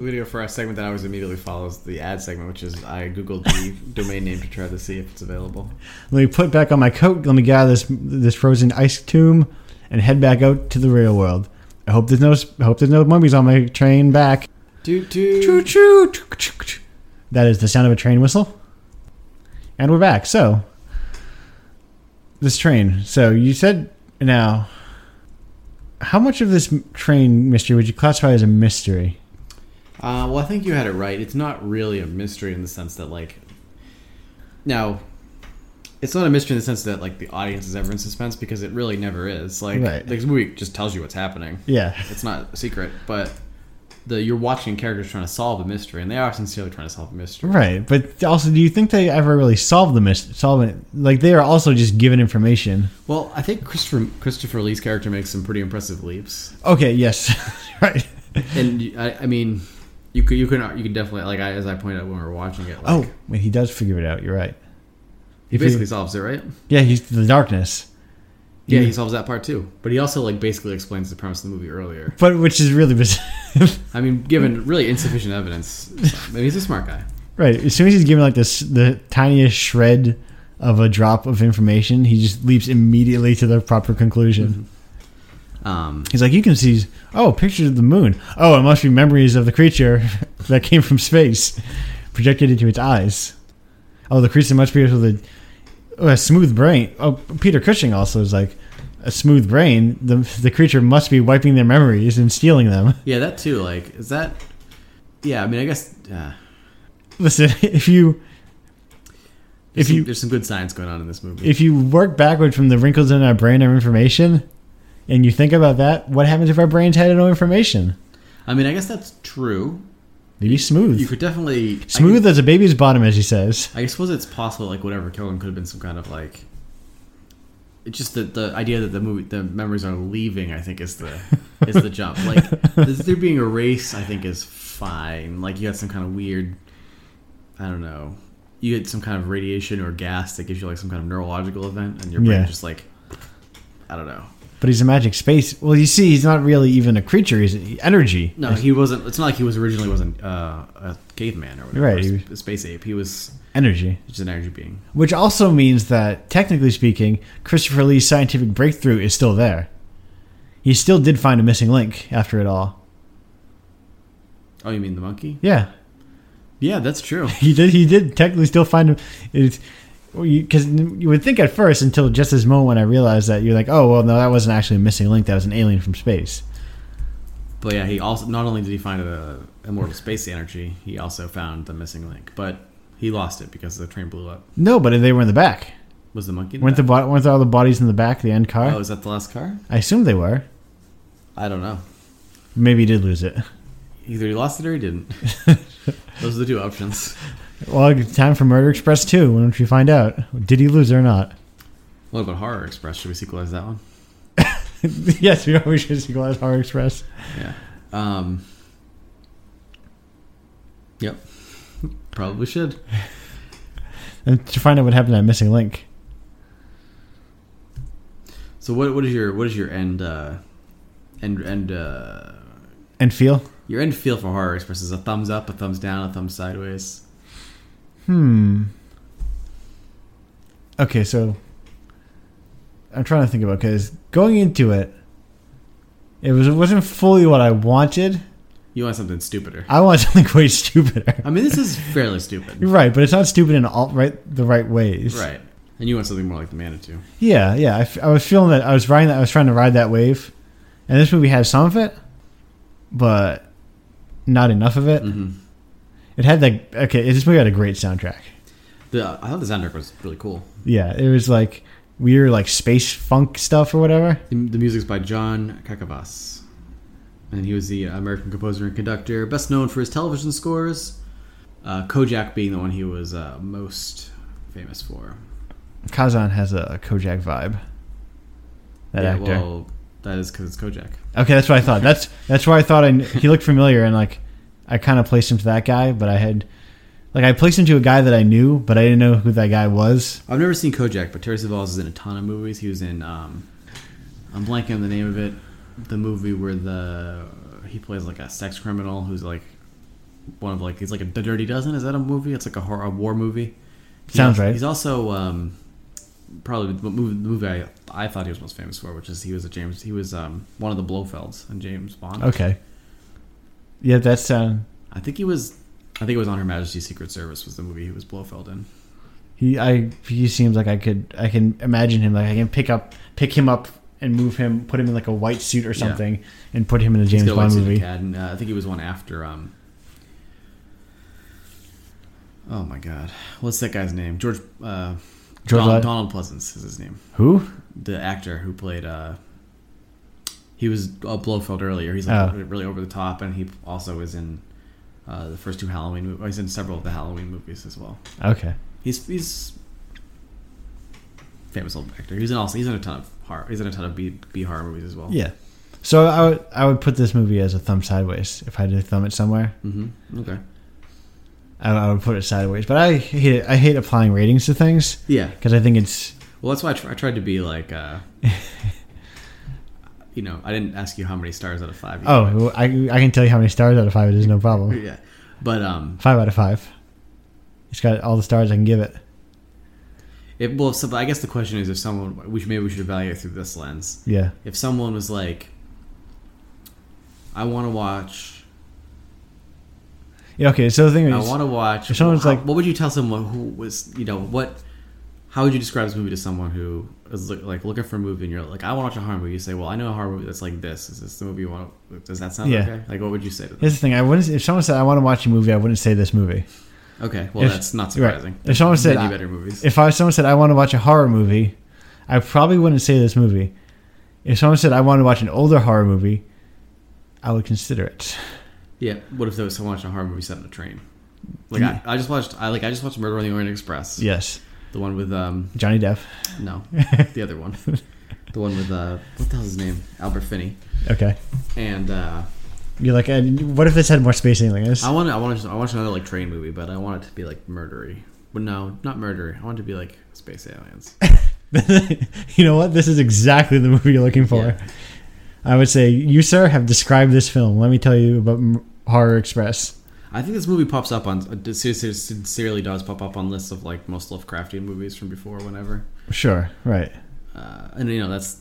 [SPEAKER 1] gonna go for our segment that always immediately follows the ad segment, which is I googled the domain name to try to see if it's available.
[SPEAKER 2] Let me put back on my coat. Let me get out of this this frozen ice tomb and head back out to the real world. I hope there's no I hope there's no mummies on my train back.
[SPEAKER 1] Toot
[SPEAKER 2] Choo
[SPEAKER 1] toot.
[SPEAKER 2] choo. choo, choo, choo. That is the sound of a train whistle. And we're back. So this train. So you said now how much of this m- train mystery would you classify as a mystery?
[SPEAKER 1] Uh, well, I think you had it right. It's not really a mystery in the sense that like, now, it's not a mystery in the sense that like the audience is ever in suspense because it really never is. Like,
[SPEAKER 2] Right.
[SPEAKER 1] this movie just tells you what's happening.
[SPEAKER 2] Yeah.
[SPEAKER 1] It's not a secret, but the you're watching characters trying to solve a mystery, and they are sincerely trying to solve a mystery.
[SPEAKER 2] Right, but also, do you think they ever really solve the mystery? Solve it? Like they are also just given information.
[SPEAKER 1] Well, I think Christopher Christopher Lee's character makes some pretty impressive leaps.
[SPEAKER 2] Okay, yes. right.
[SPEAKER 1] and you- I, I mean, you could you could not, you could definitely like I, as I pointed out when we were watching it. Like,
[SPEAKER 2] Oh, wait, he does figure it out. You're right.
[SPEAKER 1] he
[SPEAKER 2] If he-
[SPEAKER 1] basically solves it, right?
[SPEAKER 2] yeah, he's the darkness.
[SPEAKER 1] Yeah,
[SPEAKER 2] Yeah.
[SPEAKER 1] he solves that part too. But he also like basically explains the premise of the movie earlier.
[SPEAKER 2] But which is really biz-
[SPEAKER 1] I mean, given really insufficient evidence, maybe he's a smart guy.
[SPEAKER 2] right. As soon as he's given like this the tiniest shred of a drop of information, he just leaps immediately to the proper conclusion.
[SPEAKER 1] Um,
[SPEAKER 2] He's like, you can see, oh, pictures of the moon. Oh, it must be memories of the creature that came from space, projected into its eyes. Oh, the creature must be with a, oh, a smooth brain. Oh, Peter Cushing also is like, a smooth brain. The the creature must be wiping their memories and stealing them.
[SPEAKER 1] yeah, that too. Like, is that? Yeah, I mean, I guess uh,
[SPEAKER 2] Listen, if you
[SPEAKER 1] if
[SPEAKER 2] If you-
[SPEAKER 1] there's some good science going on in this movie.
[SPEAKER 2] if you work backward from the wrinkles in our brain of information, and you think about that, what happens if our brains had no information?
[SPEAKER 1] I mean, I guess that's true.
[SPEAKER 2] They'd be
[SPEAKER 1] You
[SPEAKER 2] smooth,
[SPEAKER 1] could definitely I
[SPEAKER 2] smooth
[SPEAKER 1] could-
[SPEAKER 2] as a baby's bottom, as he says.
[SPEAKER 1] I suppose it's possible like whatever killed him could have been some kind of like. It's just that the idea that the movie, the memories are leaving, I think is the is the jump. Like this, there being a race, I think is fine. Like you had some kind of weird, I don't know, you had some kind of radiation or gas that gives you like some kind of neurological event, and your brain
[SPEAKER 2] Yeah.
[SPEAKER 1] just like, I don't know.
[SPEAKER 2] But he's a magic space. Well, you see, he's not really even a creature. He's energy.
[SPEAKER 1] No, he wasn't. It's not like he was originally wasn't uh, a caveman or whatever,
[SPEAKER 2] Right,
[SPEAKER 1] a
[SPEAKER 2] he
[SPEAKER 1] sp- a space ape. He was
[SPEAKER 2] Energy.
[SPEAKER 1] just an energy being.
[SPEAKER 2] Which also means that, technically speaking, Christopher Lee's scientific breakthrough is still there. He still did find a missing link after it all.
[SPEAKER 1] Oh, you mean the monkey?
[SPEAKER 2] Yeah,
[SPEAKER 1] Yeah, that's true.
[SPEAKER 2] he did. He did technically still find him. It's because you, would think at first, until just this moment when I realized that you're like, oh well, no, that wasn't actually a missing link. That was an alien from space.
[SPEAKER 1] But yeah, he also not only did he find the immortal space energy, he also found the missing link. But he lost it because the train blew up.
[SPEAKER 2] No, but they were in the back.
[SPEAKER 1] Was the monkey? in
[SPEAKER 2] Weren't the
[SPEAKER 1] back?
[SPEAKER 2] bo- weren't all the bodies in the back? of The end car.
[SPEAKER 1] Oh, is that the last car?
[SPEAKER 2] I assume they were.
[SPEAKER 1] I don't know.
[SPEAKER 2] Maybe he did lose it.
[SPEAKER 1] Either he lost it or he didn't. Those are the two options.
[SPEAKER 2] Well, time for Murder Express 2. Why don't you find out? Did he lose or not?
[SPEAKER 1] What about Horror Express? Should we sequelize that one?
[SPEAKER 2] yes, we always should sequel as Horror Express.
[SPEAKER 1] Yeah. Um, yep. Probably should.
[SPEAKER 2] And to find out what happened to that missing link.
[SPEAKER 1] So what what is your what is your end uh end end uh
[SPEAKER 2] And feel?
[SPEAKER 1] your end feel for Horror Express is a thumbs up, a thumbs down, a thumbs sideways.
[SPEAKER 2] Hmm. Okay, so I'm trying to think about because going into it, it was it wasn't fully what I wanted.
[SPEAKER 1] You want something stupider.
[SPEAKER 2] I wanted something way stupider.
[SPEAKER 1] I mean this is fairly
[SPEAKER 2] You're
[SPEAKER 1] stupid.
[SPEAKER 2] right, but it's not stupid in all right the right ways.
[SPEAKER 1] Right. And you want something more like the Manitou.
[SPEAKER 2] Yeah, yeah. I, f- I was feeling that I was riding that I was trying to ride that wave, and this movie had some of it, but not enough of it.
[SPEAKER 1] Mm-hmm.
[SPEAKER 2] It had like okay, this movie had a great soundtrack.
[SPEAKER 1] The I thought the soundtrack was really cool.
[SPEAKER 2] Yeah, it was like weird like space funk stuff or whatever.
[SPEAKER 1] The, the music's by John Kakavas. And he was the American composer and conductor, best known for his television scores. Uh, Kojak being the one he was uh, most famous for.
[SPEAKER 2] Kazan has a Kojak vibe. That actor.
[SPEAKER 1] well, that is because it's Kojak.
[SPEAKER 2] Okay, that's what I thought. That's that's why I thought I kn- he looked familiar and like I kind of placed him to that guy, but I had like I placed him to a guy that I knew, but I didn't know who that guy was.
[SPEAKER 1] I've never seen Kojak, but Terry Savalas is in a ton of movies. He was in um, I'm blanking on the name of it. The movie where the he plays like a sex criminal who's like one of like he's like a the Dirty Dozen. Is that a movie? It's like a horror a war movie. He
[SPEAKER 2] Sounds
[SPEAKER 1] al-
[SPEAKER 2] right.
[SPEAKER 1] He's also um, probably the movie, the movie I, I thought he was most famous for, which is he was a James. He was um, one of the Blofelds in James Bond.
[SPEAKER 2] Okay. Yeah, that's um
[SPEAKER 1] I think he was. I think it was on Her Majesty's Secret Service was the movie he was Blofeld in.
[SPEAKER 2] he I he seems like I could I can imagine him like I can pick up pick him up and move him, put him in like a white suit or
[SPEAKER 1] Yeah.
[SPEAKER 2] something and put him in a
[SPEAKER 1] He's
[SPEAKER 2] James
[SPEAKER 1] got a white
[SPEAKER 2] Bond
[SPEAKER 1] suit and
[SPEAKER 2] movie.
[SPEAKER 1] cat, and, uh, I think he was one after. Um, oh my God, what's that guy's name? George. Uh,
[SPEAKER 2] George
[SPEAKER 1] Don-
[SPEAKER 2] Lott-
[SPEAKER 1] Donald Pleasance is his name.
[SPEAKER 2] Who?
[SPEAKER 1] The actor who played. Uh, he was uh, Blofeld earlier. He's like
[SPEAKER 2] Oh.
[SPEAKER 1] really over the top, and he also was in uh, the first two Halloween. movies. He's in several of the Halloween movies as well.
[SPEAKER 2] Okay.
[SPEAKER 1] He's he's famous old actor. He's in also he's in a ton of horror. He's in a ton of B, B horror movies as well.
[SPEAKER 2] Yeah. So I would I would put this movie as a thumb sideways if I had to thumb it somewhere.
[SPEAKER 1] Mm-hmm. Okay.
[SPEAKER 2] I, I would put it sideways, but I hate it. I hate applying ratings to things
[SPEAKER 1] Yeah.
[SPEAKER 2] because I think it's
[SPEAKER 1] Well, that's why I, tr- I tried to be like, uh, you know, I didn't ask you how many stars out of five. You
[SPEAKER 2] oh well, I I can tell you how many stars out of five it is no
[SPEAKER 1] gave
[SPEAKER 2] problem
[SPEAKER 1] it. yeah, but um,
[SPEAKER 2] five out of five. It's got all the stars I can give it.
[SPEAKER 1] it well, so I guess the question is if someone we should maybe we should evaluate through this lens.
[SPEAKER 2] Yeah,
[SPEAKER 1] If someone was like, I want to watch,
[SPEAKER 2] yeah. Okay, so the thing
[SPEAKER 1] I
[SPEAKER 2] is,
[SPEAKER 1] want to watch.
[SPEAKER 2] if someone's
[SPEAKER 1] how-
[SPEAKER 2] like-
[SPEAKER 1] what would you tell someone who was, you know, what? How would you describe this movie to someone who is look, like looking for a movie and you're like, I want to watch a horror movie? You say, Well, I know a horror movie that's like this. Is this the movie you want? to Does that sound
[SPEAKER 2] Yeah.
[SPEAKER 1] okay? Like, what would you say to them?
[SPEAKER 2] here's the thing. I wouldn't if someone said I want to watch a movie, I wouldn't say this movie.
[SPEAKER 1] Okay, well,
[SPEAKER 2] If-
[SPEAKER 1] that's not
[SPEAKER 2] right.
[SPEAKER 1] surprising.
[SPEAKER 2] If someone said
[SPEAKER 1] many
[SPEAKER 2] I-
[SPEAKER 1] better movies.
[SPEAKER 2] If I someone said I want to watch a horror movie, I probably wouldn't say this movie. If someone said I want to watch an older horror movie, I would consider it.
[SPEAKER 1] yeah. What if there was someone watching a horror movie set on a train? Like
[SPEAKER 2] Yeah.
[SPEAKER 1] I, I just watched. I like. I just watched Murder on the Orient Express.
[SPEAKER 2] Yes,
[SPEAKER 1] The one with um.
[SPEAKER 2] Johnny Depp.
[SPEAKER 1] No, the other one. The one with uh. What the hell's his name? Albert Finney.
[SPEAKER 2] Okay,
[SPEAKER 1] And uh,
[SPEAKER 2] you're like, "Uh, what if this had more spacing like this?
[SPEAKER 1] I want. I want. to. I want another like train movie, but I want it to be like murdery. But no, not murdery. I want it to be like space aliens.
[SPEAKER 2] you know what? This is exactly the movie you're looking for.
[SPEAKER 1] Yeah.
[SPEAKER 2] I would say, you, sir, have described this film. Let me tell you about M- Horror Express.
[SPEAKER 1] I think this movie pops up on. It sincerely- sincerely does pop up on lists of like most Lovecraftian movies from before. Whenever.
[SPEAKER 2] Sure, right.
[SPEAKER 1] uh, and you know that's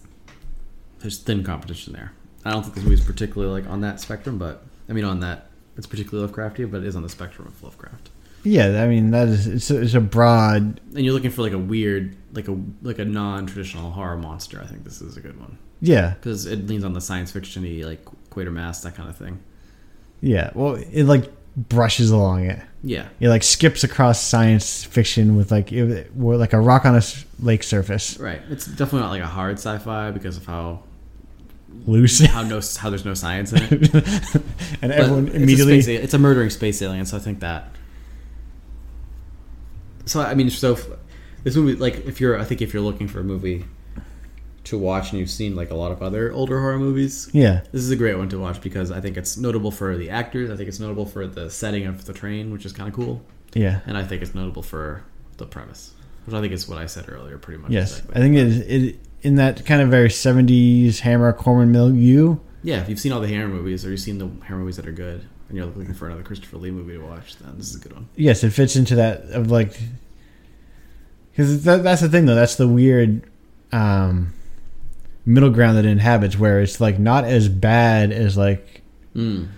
[SPEAKER 1] there's thin competition there. I don't think this movie's particularly like on that spectrum, but I mean on that it's particularly Lovecraftian, but it is on the spectrum of Lovecraft.
[SPEAKER 2] Yeah, I mean, that is, it's a, it's a broad.
[SPEAKER 1] And you're looking for like a weird, like a like a non-traditional horror monster. I think this is a good one
[SPEAKER 2] Yeah,
[SPEAKER 1] because it leans on the science fiction-y, like Quatermass, that kind of thing.
[SPEAKER 2] yeah. Well, it like brushes along it.
[SPEAKER 1] Yeah,
[SPEAKER 2] It like skips across science fiction with like it, were like a rock on a s- lake surface,
[SPEAKER 1] right. It's definitely not like a hard sci-fi because of how
[SPEAKER 2] loose,
[SPEAKER 1] how no how there's no science in it.
[SPEAKER 2] and
[SPEAKER 1] But
[SPEAKER 2] everyone
[SPEAKER 1] it's a
[SPEAKER 2] immediately
[SPEAKER 1] space a- it's a murdering space alien, so I think that so I mean, so if- this movie, like, if you're, I think if you're looking for a movie to watch and you've seen like a lot of other older horror movies,
[SPEAKER 2] Yeah.
[SPEAKER 1] this is a great one to watch because I think it's notable for the actors. I think it's notable for the setting of the train, which is kind of cool,
[SPEAKER 2] Yeah.
[SPEAKER 1] and I think it's notable for the premise, which I think is what I said earlier, pretty much.
[SPEAKER 2] Yes.
[SPEAKER 1] exactly.
[SPEAKER 2] I think it, it in that kind of very 70s Hammer Corman milieu.
[SPEAKER 1] yeah, if you've seen all the Hammer movies or you've seen the Hammer movies that are good, and you're looking for another Christopher Lee movie to watch, then this is a good one.
[SPEAKER 2] Yes, it fits into that of like cuz that, that's the thing though. That's the weird um middle ground that it inhabits where it's like not as bad as like
[SPEAKER 1] Mm.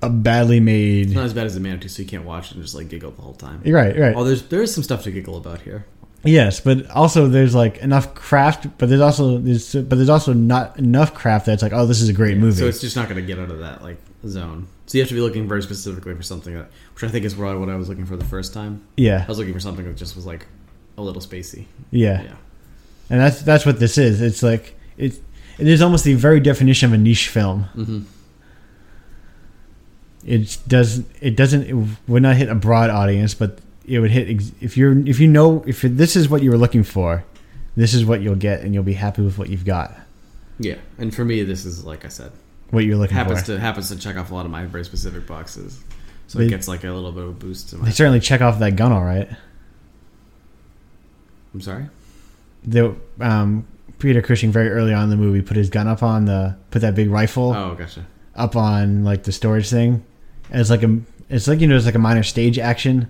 [SPEAKER 2] a badly made
[SPEAKER 1] It's not as bad as the Manitou, so you can't watch it and just like giggle the whole time.
[SPEAKER 2] You're right, you're right.
[SPEAKER 1] Oh, there's there is some stuff to giggle about here.
[SPEAKER 2] Yes, but also there's like enough craft, but there's also there's but there's also not enough craft that's like, oh, this is a great movie.
[SPEAKER 1] So it's just not going to get out of that like zone. So you have to be looking very specifically for something that, which I think is what I, what I was looking for the first time.
[SPEAKER 2] yeah,
[SPEAKER 1] I was looking for something that just was like a little spacey.
[SPEAKER 2] yeah,
[SPEAKER 1] Yeah,
[SPEAKER 2] and that's that's what this is. It's like it it is almost the very definition of a niche film.
[SPEAKER 1] hmm
[SPEAKER 2] It does it doesn't it would not hit a broad audience, but it would hit ex- if you're if you know if this is what you were looking for, this is what you'll get, and you'll be happy with what you've got,
[SPEAKER 1] yeah. And for me, this is like I said,
[SPEAKER 2] what you're looking
[SPEAKER 1] happens
[SPEAKER 2] for.
[SPEAKER 1] to happens to check off a lot of my very specific boxes. So
[SPEAKER 2] They-
[SPEAKER 1] it gets like a little bit of a boost to
[SPEAKER 2] They
[SPEAKER 1] my.
[SPEAKER 2] certainly check off that gun, all right.
[SPEAKER 1] I'm sorry.
[SPEAKER 2] the um, Peter Cushing very early on in the movie put his gun up on the put that big rifle
[SPEAKER 1] Oh, gotcha.
[SPEAKER 2] up on like the storage thing as like a it's like you know it's like a minor stage action,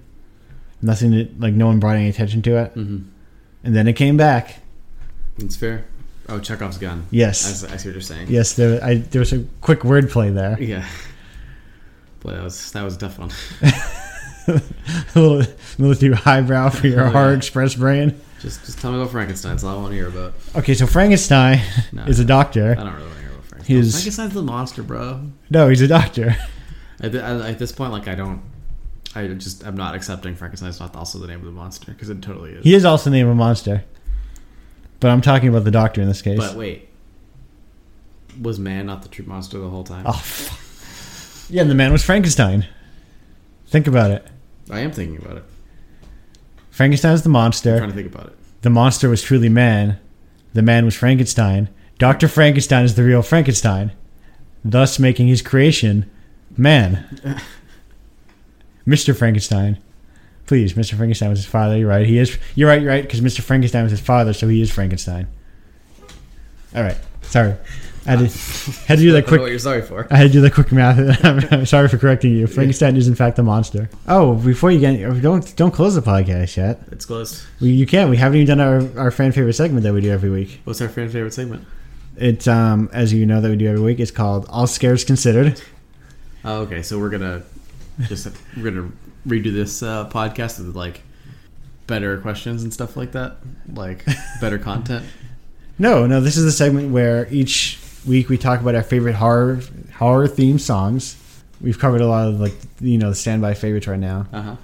[SPEAKER 2] nothing that like no one brought any attention to it,
[SPEAKER 1] hmm
[SPEAKER 2] and then it came back.
[SPEAKER 1] It's fair. Oh, Chekhov's gun. I,
[SPEAKER 2] Yes,
[SPEAKER 1] s- I see what you're saying.
[SPEAKER 2] yes, there I there was a quick wordplay there,
[SPEAKER 1] Yeah. Boy, that was that was a tough one.
[SPEAKER 2] a little, a little too highbrow for your
[SPEAKER 1] Oh, yeah.
[SPEAKER 2] hard express brain.
[SPEAKER 1] Just just tell me about Frankenstein. That's all I want to hear about.
[SPEAKER 2] Okay, so Frankenstein
[SPEAKER 1] No,
[SPEAKER 2] is a
[SPEAKER 1] I
[SPEAKER 2] doctor.
[SPEAKER 1] don't really want to hear about Frankenstein.
[SPEAKER 2] His-
[SPEAKER 1] Frankenstein's the monster, bro.
[SPEAKER 2] No, he's a doctor.
[SPEAKER 1] At, thi- at, at this point, like I don't, I just I'm not accepting Frankenstein's not also the name of the monster because it totally is.
[SPEAKER 2] He is also named a monster, but I'm talking about the doctor in this case.
[SPEAKER 1] But wait, was man not the true monster the whole time?
[SPEAKER 2] Oh, fuck. yeah, and the man was Frankenstein. Think about it.
[SPEAKER 1] I am thinking about it.
[SPEAKER 2] Frankenstein's the
[SPEAKER 1] I'm
[SPEAKER 2] monster.
[SPEAKER 1] trying to think about it.
[SPEAKER 2] The monster was truly man. The man was Frankenstein. Dr. Frankenstein is the real Frankenstein, thus making his creation man. Mr. Frankenstein. Please, Mr. Frankenstein was his father. You're right. He is. You're right. You're right. Because Mr. Frankenstein was his father, so he is Frankenstein. All right. Sorry. I had to, had to do
[SPEAKER 1] I
[SPEAKER 2] that
[SPEAKER 1] don't
[SPEAKER 2] quick
[SPEAKER 1] know what you're sorry for.
[SPEAKER 2] I had to do the quick math. I'm sorry for correcting you. Frankenstein is in fact the monster. Oh, before you get don't don't close the podcast yet.
[SPEAKER 1] It's closed.
[SPEAKER 2] We, you can't. We haven't even done our, our fan favorite segment that we do every week.
[SPEAKER 1] What's our fan favorite segment?
[SPEAKER 2] It's um as you know that we do every week. It's called All Scares Considered.
[SPEAKER 1] Oh, okay. So we're gonna just we're gonna redo this uh, podcast with like better questions and stuff like that, like better content.
[SPEAKER 2] No, no, this is the segment where each week we talk about our favorite horror horror themed songs. We've covered a lot of like you know the standby favorites right now.
[SPEAKER 1] Uh huh.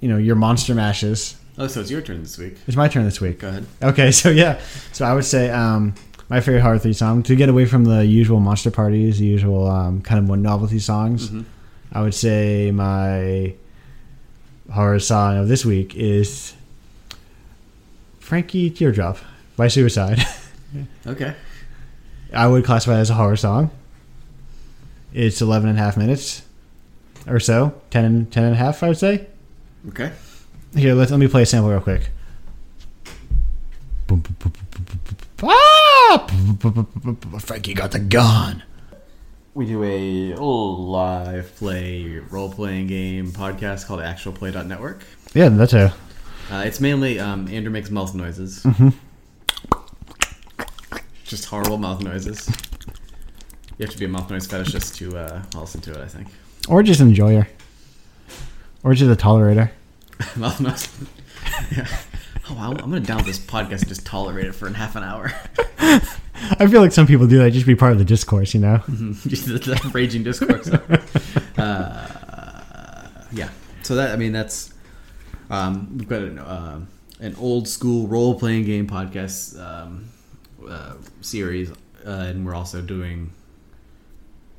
[SPEAKER 2] You know your monster mashes.
[SPEAKER 1] Oh, so it's your turn this week.
[SPEAKER 2] It's my turn this week.
[SPEAKER 1] Go ahead.
[SPEAKER 2] Okay, so yeah, so I would say um, my favorite horror theme song to get away from the usual monster parties, the usual um, kind of more novelty songs.
[SPEAKER 1] Mhm.
[SPEAKER 2] I would say my horror song of this week is "Frankie Teardrop" by Suicide.
[SPEAKER 1] Okay.
[SPEAKER 2] I would classify it as a horror song. It's 11 and a half minutes or so, 10 and, 10 and a half, I would say.
[SPEAKER 1] Okay.
[SPEAKER 2] Here, let let me play a sample real quick. Boom, boom, boom, boom, boom, boom, boom. Ah! Boom, boom, boom, boom, boom, boom. Frankie got the gun.
[SPEAKER 1] We do a little live play role playing game podcast called ActualPlay.network.
[SPEAKER 2] Yeah, that's a
[SPEAKER 1] Uh, it's mainly um, Andrew makes mouth noises, just horrible mouth noises. You have to be a mouth noise fetishist to uh, listen to it, I think.
[SPEAKER 2] or just an enjoyer, or just a tolerator.
[SPEAKER 1] mouth noise. yeah. Oh, wow, I'm gonna download this podcast and just tolerate it for half an hour.
[SPEAKER 2] I feel like some people do that just to be part of the discourse, you know.
[SPEAKER 1] Just the- the raging discourse. uh, yeah. So that I mean that's um, we've got an, uh, an old school role playing game podcast um, uh, series, uh, and we're also doing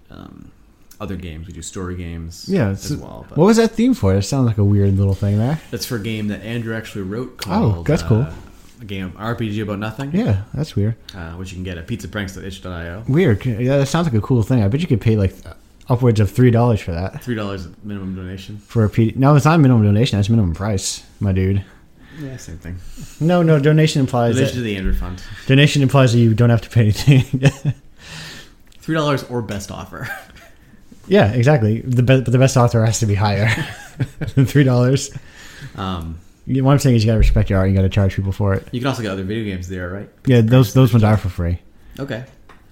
[SPEAKER 1] um, other games. We do story games
[SPEAKER 2] Yeah, it's-
[SPEAKER 1] as well. But
[SPEAKER 2] What was that theme for? That sounds like a weird little thing there.
[SPEAKER 1] That's for a game that Andrew actually wrote
[SPEAKER 2] Oh,
[SPEAKER 1] called.
[SPEAKER 2] that's cool.
[SPEAKER 1] uh, A game of RPG about nothing.
[SPEAKER 2] Yeah, that's weird.
[SPEAKER 1] Uh, which you can get at pizzapranks.itch.io.
[SPEAKER 2] Weird. Yeah, that sounds like a cool thing. I bet you could pay like upwards of three dollars for that
[SPEAKER 1] Three dollars minimum donation.
[SPEAKER 2] for a P. No, it's not minimum donation. That's minimum price, my dude.
[SPEAKER 1] Yeah, same thing.
[SPEAKER 2] No, no, donation implies
[SPEAKER 1] Donation to
[SPEAKER 2] donation,
[SPEAKER 1] the Andrew Fund.
[SPEAKER 2] that, donation implies that you don't have to pay anything.
[SPEAKER 1] Three dollars or best offer.
[SPEAKER 2] yeah, exactly. The be- but the best author has to be higher than three dollars.
[SPEAKER 1] Um,
[SPEAKER 2] What I'm saying is, you gotta respect your art. You gotta charge people for it.
[SPEAKER 1] you can also get other video games there, right?
[SPEAKER 2] Yeah, those those ones are for free.
[SPEAKER 1] Okay.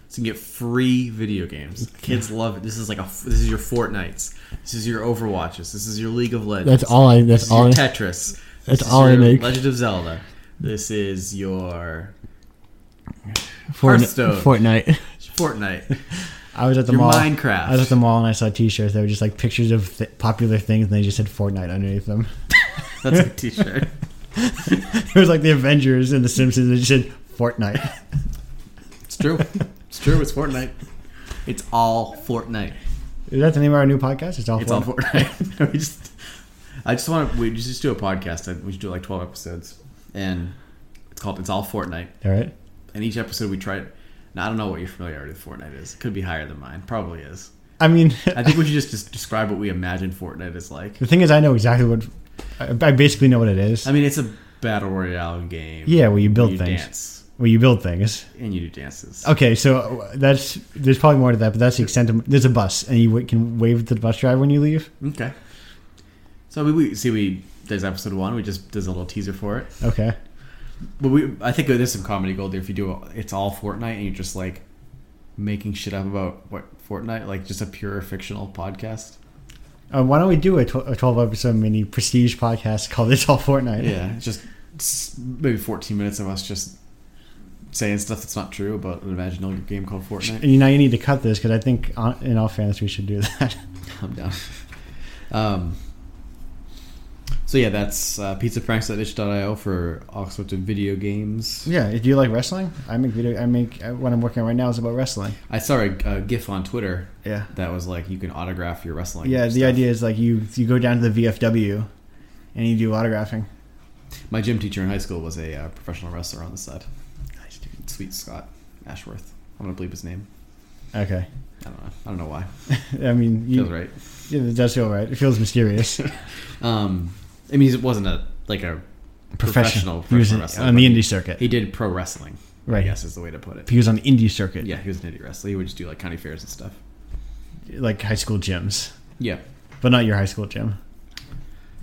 [SPEAKER 1] So you can get free video games. Kids love it. This is like a. This is your Fortnites. This is your Overwatches. This is your League of Legends.
[SPEAKER 2] That's all I.
[SPEAKER 1] This
[SPEAKER 2] That's
[SPEAKER 1] is your
[SPEAKER 2] all. I,
[SPEAKER 1] Tetris.
[SPEAKER 2] that's
[SPEAKER 1] this
[SPEAKER 2] all I
[SPEAKER 1] is your
[SPEAKER 2] make.
[SPEAKER 1] Legend of Zelda. This is your
[SPEAKER 2] Fortnite,
[SPEAKER 1] Hearthstone.
[SPEAKER 2] Fortnite.
[SPEAKER 1] Fortnite.
[SPEAKER 2] I was at the
[SPEAKER 1] your
[SPEAKER 2] mall.
[SPEAKER 1] Minecraft.
[SPEAKER 2] I was at the mall and I saw T-shirts that were just like pictures of th- popular things, and they just said Fortnite underneath them.
[SPEAKER 1] That's a T-shirt.
[SPEAKER 2] It was like the Avengers and the Simpsons. It just said Fortnite.
[SPEAKER 1] It's true. It's true. It's Fortnite. It's all Fortnite.
[SPEAKER 2] Is that the name of our new podcast? It's all.
[SPEAKER 1] It's all
[SPEAKER 2] Fortnite.
[SPEAKER 1] Fortnite. we just, I just want to. We just do a podcast. and We should do like twelve episodes, and it's called "It's All Fortnite."
[SPEAKER 2] all right.
[SPEAKER 1] And each episode we try. Now I don't know what your familiarity with Fortnite is. It could be higher than mine. Probably is.
[SPEAKER 2] I mean,
[SPEAKER 1] I think we should just, just describe what we imagine Fortnite is like.
[SPEAKER 2] the thing is, I know exactly what. I I basically know what it is.
[SPEAKER 1] I mean, it's a battle royale game.
[SPEAKER 2] yeah, where you build
[SPEAKER 1] you
[SPEAKER 2] things,
[SPEAKER 1] dance
[SPEAKER 2] where you build things.
[SPEAKER 1] and you do dances.
[SPEAKER 2] Okay, so uh, that's there's probably more to that, but that's the extent of. There's a bus, and you w- can wave to the bus driver when you leave.
[SPEAKER 1] Okay. So we, we see we there's episode one. We just there's a little teaser for it.
[SPEAKER 2] Okay.
[SPEAKER 1] But we, I think there's some comedy gold there if you do. It's all Fortnite, and you're just like making shit up about what Fortnite, like just a pure fictional podcast.
[SPEAKER 2] Uh, why don't we do a, tw- a 12 episode mini prestige podcast called It's All Fortnite?
[SPEAKER 1] Yeah, just s- maybe 14 minutes of us just saying stuff that's not true about an imaginary game called Fortnite.
[SPEAKER 2] And now you need to cut this because I think, on, in all fairness, we should do that.
[SPEAKER 1] I'm down. Um, so yeah, that's uh, pizzapranks.itch.io for all sorts of video games.
[SPEAKER 2] yeah. Do you like wrestling? I make video. I make uh, what I'm working on right now is about wrestling.
[SPEAKER 1] I saw a, a GIF on Twitter
[SPEAKER 2] Yeah.
[SPEAKER 1] that was like you can autograph your wrestling.
[SPEAKER 2] yeah. The
[SPEAKER 1] stuff.
[SPEAKER 2] idea is like you you go down to the VFW, and you do autographing.
[SPEAKER 1] My gym teacher in high school was a uh, professional wrestler on the side. Nice dude. Sweet Scott Ashworth. I'm gonna bleep his name.
[SPEAKER 2] Okay.
[SPEAKER 1] I don't know. I don't know why.
[SPEAKER 2] I mean, you,
[SPEAKER 1] Feels right.
[SPEAKER 2] yeah, it does feel right. It feels mysterious.
[SPEAKER 1] Um, I mean, it wasn't a like a professional,
[SPEAKER 2] He was
[SPEAKER 1] professional
[SPEAKER 2] in-
[SPEAKER 1] wrestler
[SPEAKER 2] on the
[SPEAKER 1] but
[SPEAKER 2] indie
[SPEAKER 1] he-
[SPEAKER 2] circuit.
[SPEAKER 1] He did pro wrestling. I
[SPEAKER 2] right.
[SPEAKER 1] guess is the way to put it.
[SPEAKER 2] He was on the indie circuit.
[SPEAKER 1] Yeah, he was an indie wrestler. He would just do like county fairs and stuff.
[SPEAKER 2] Like high school gyms,
[SPEAKER 1] Yeah,
[SPEAKER 2] but not your high school gym.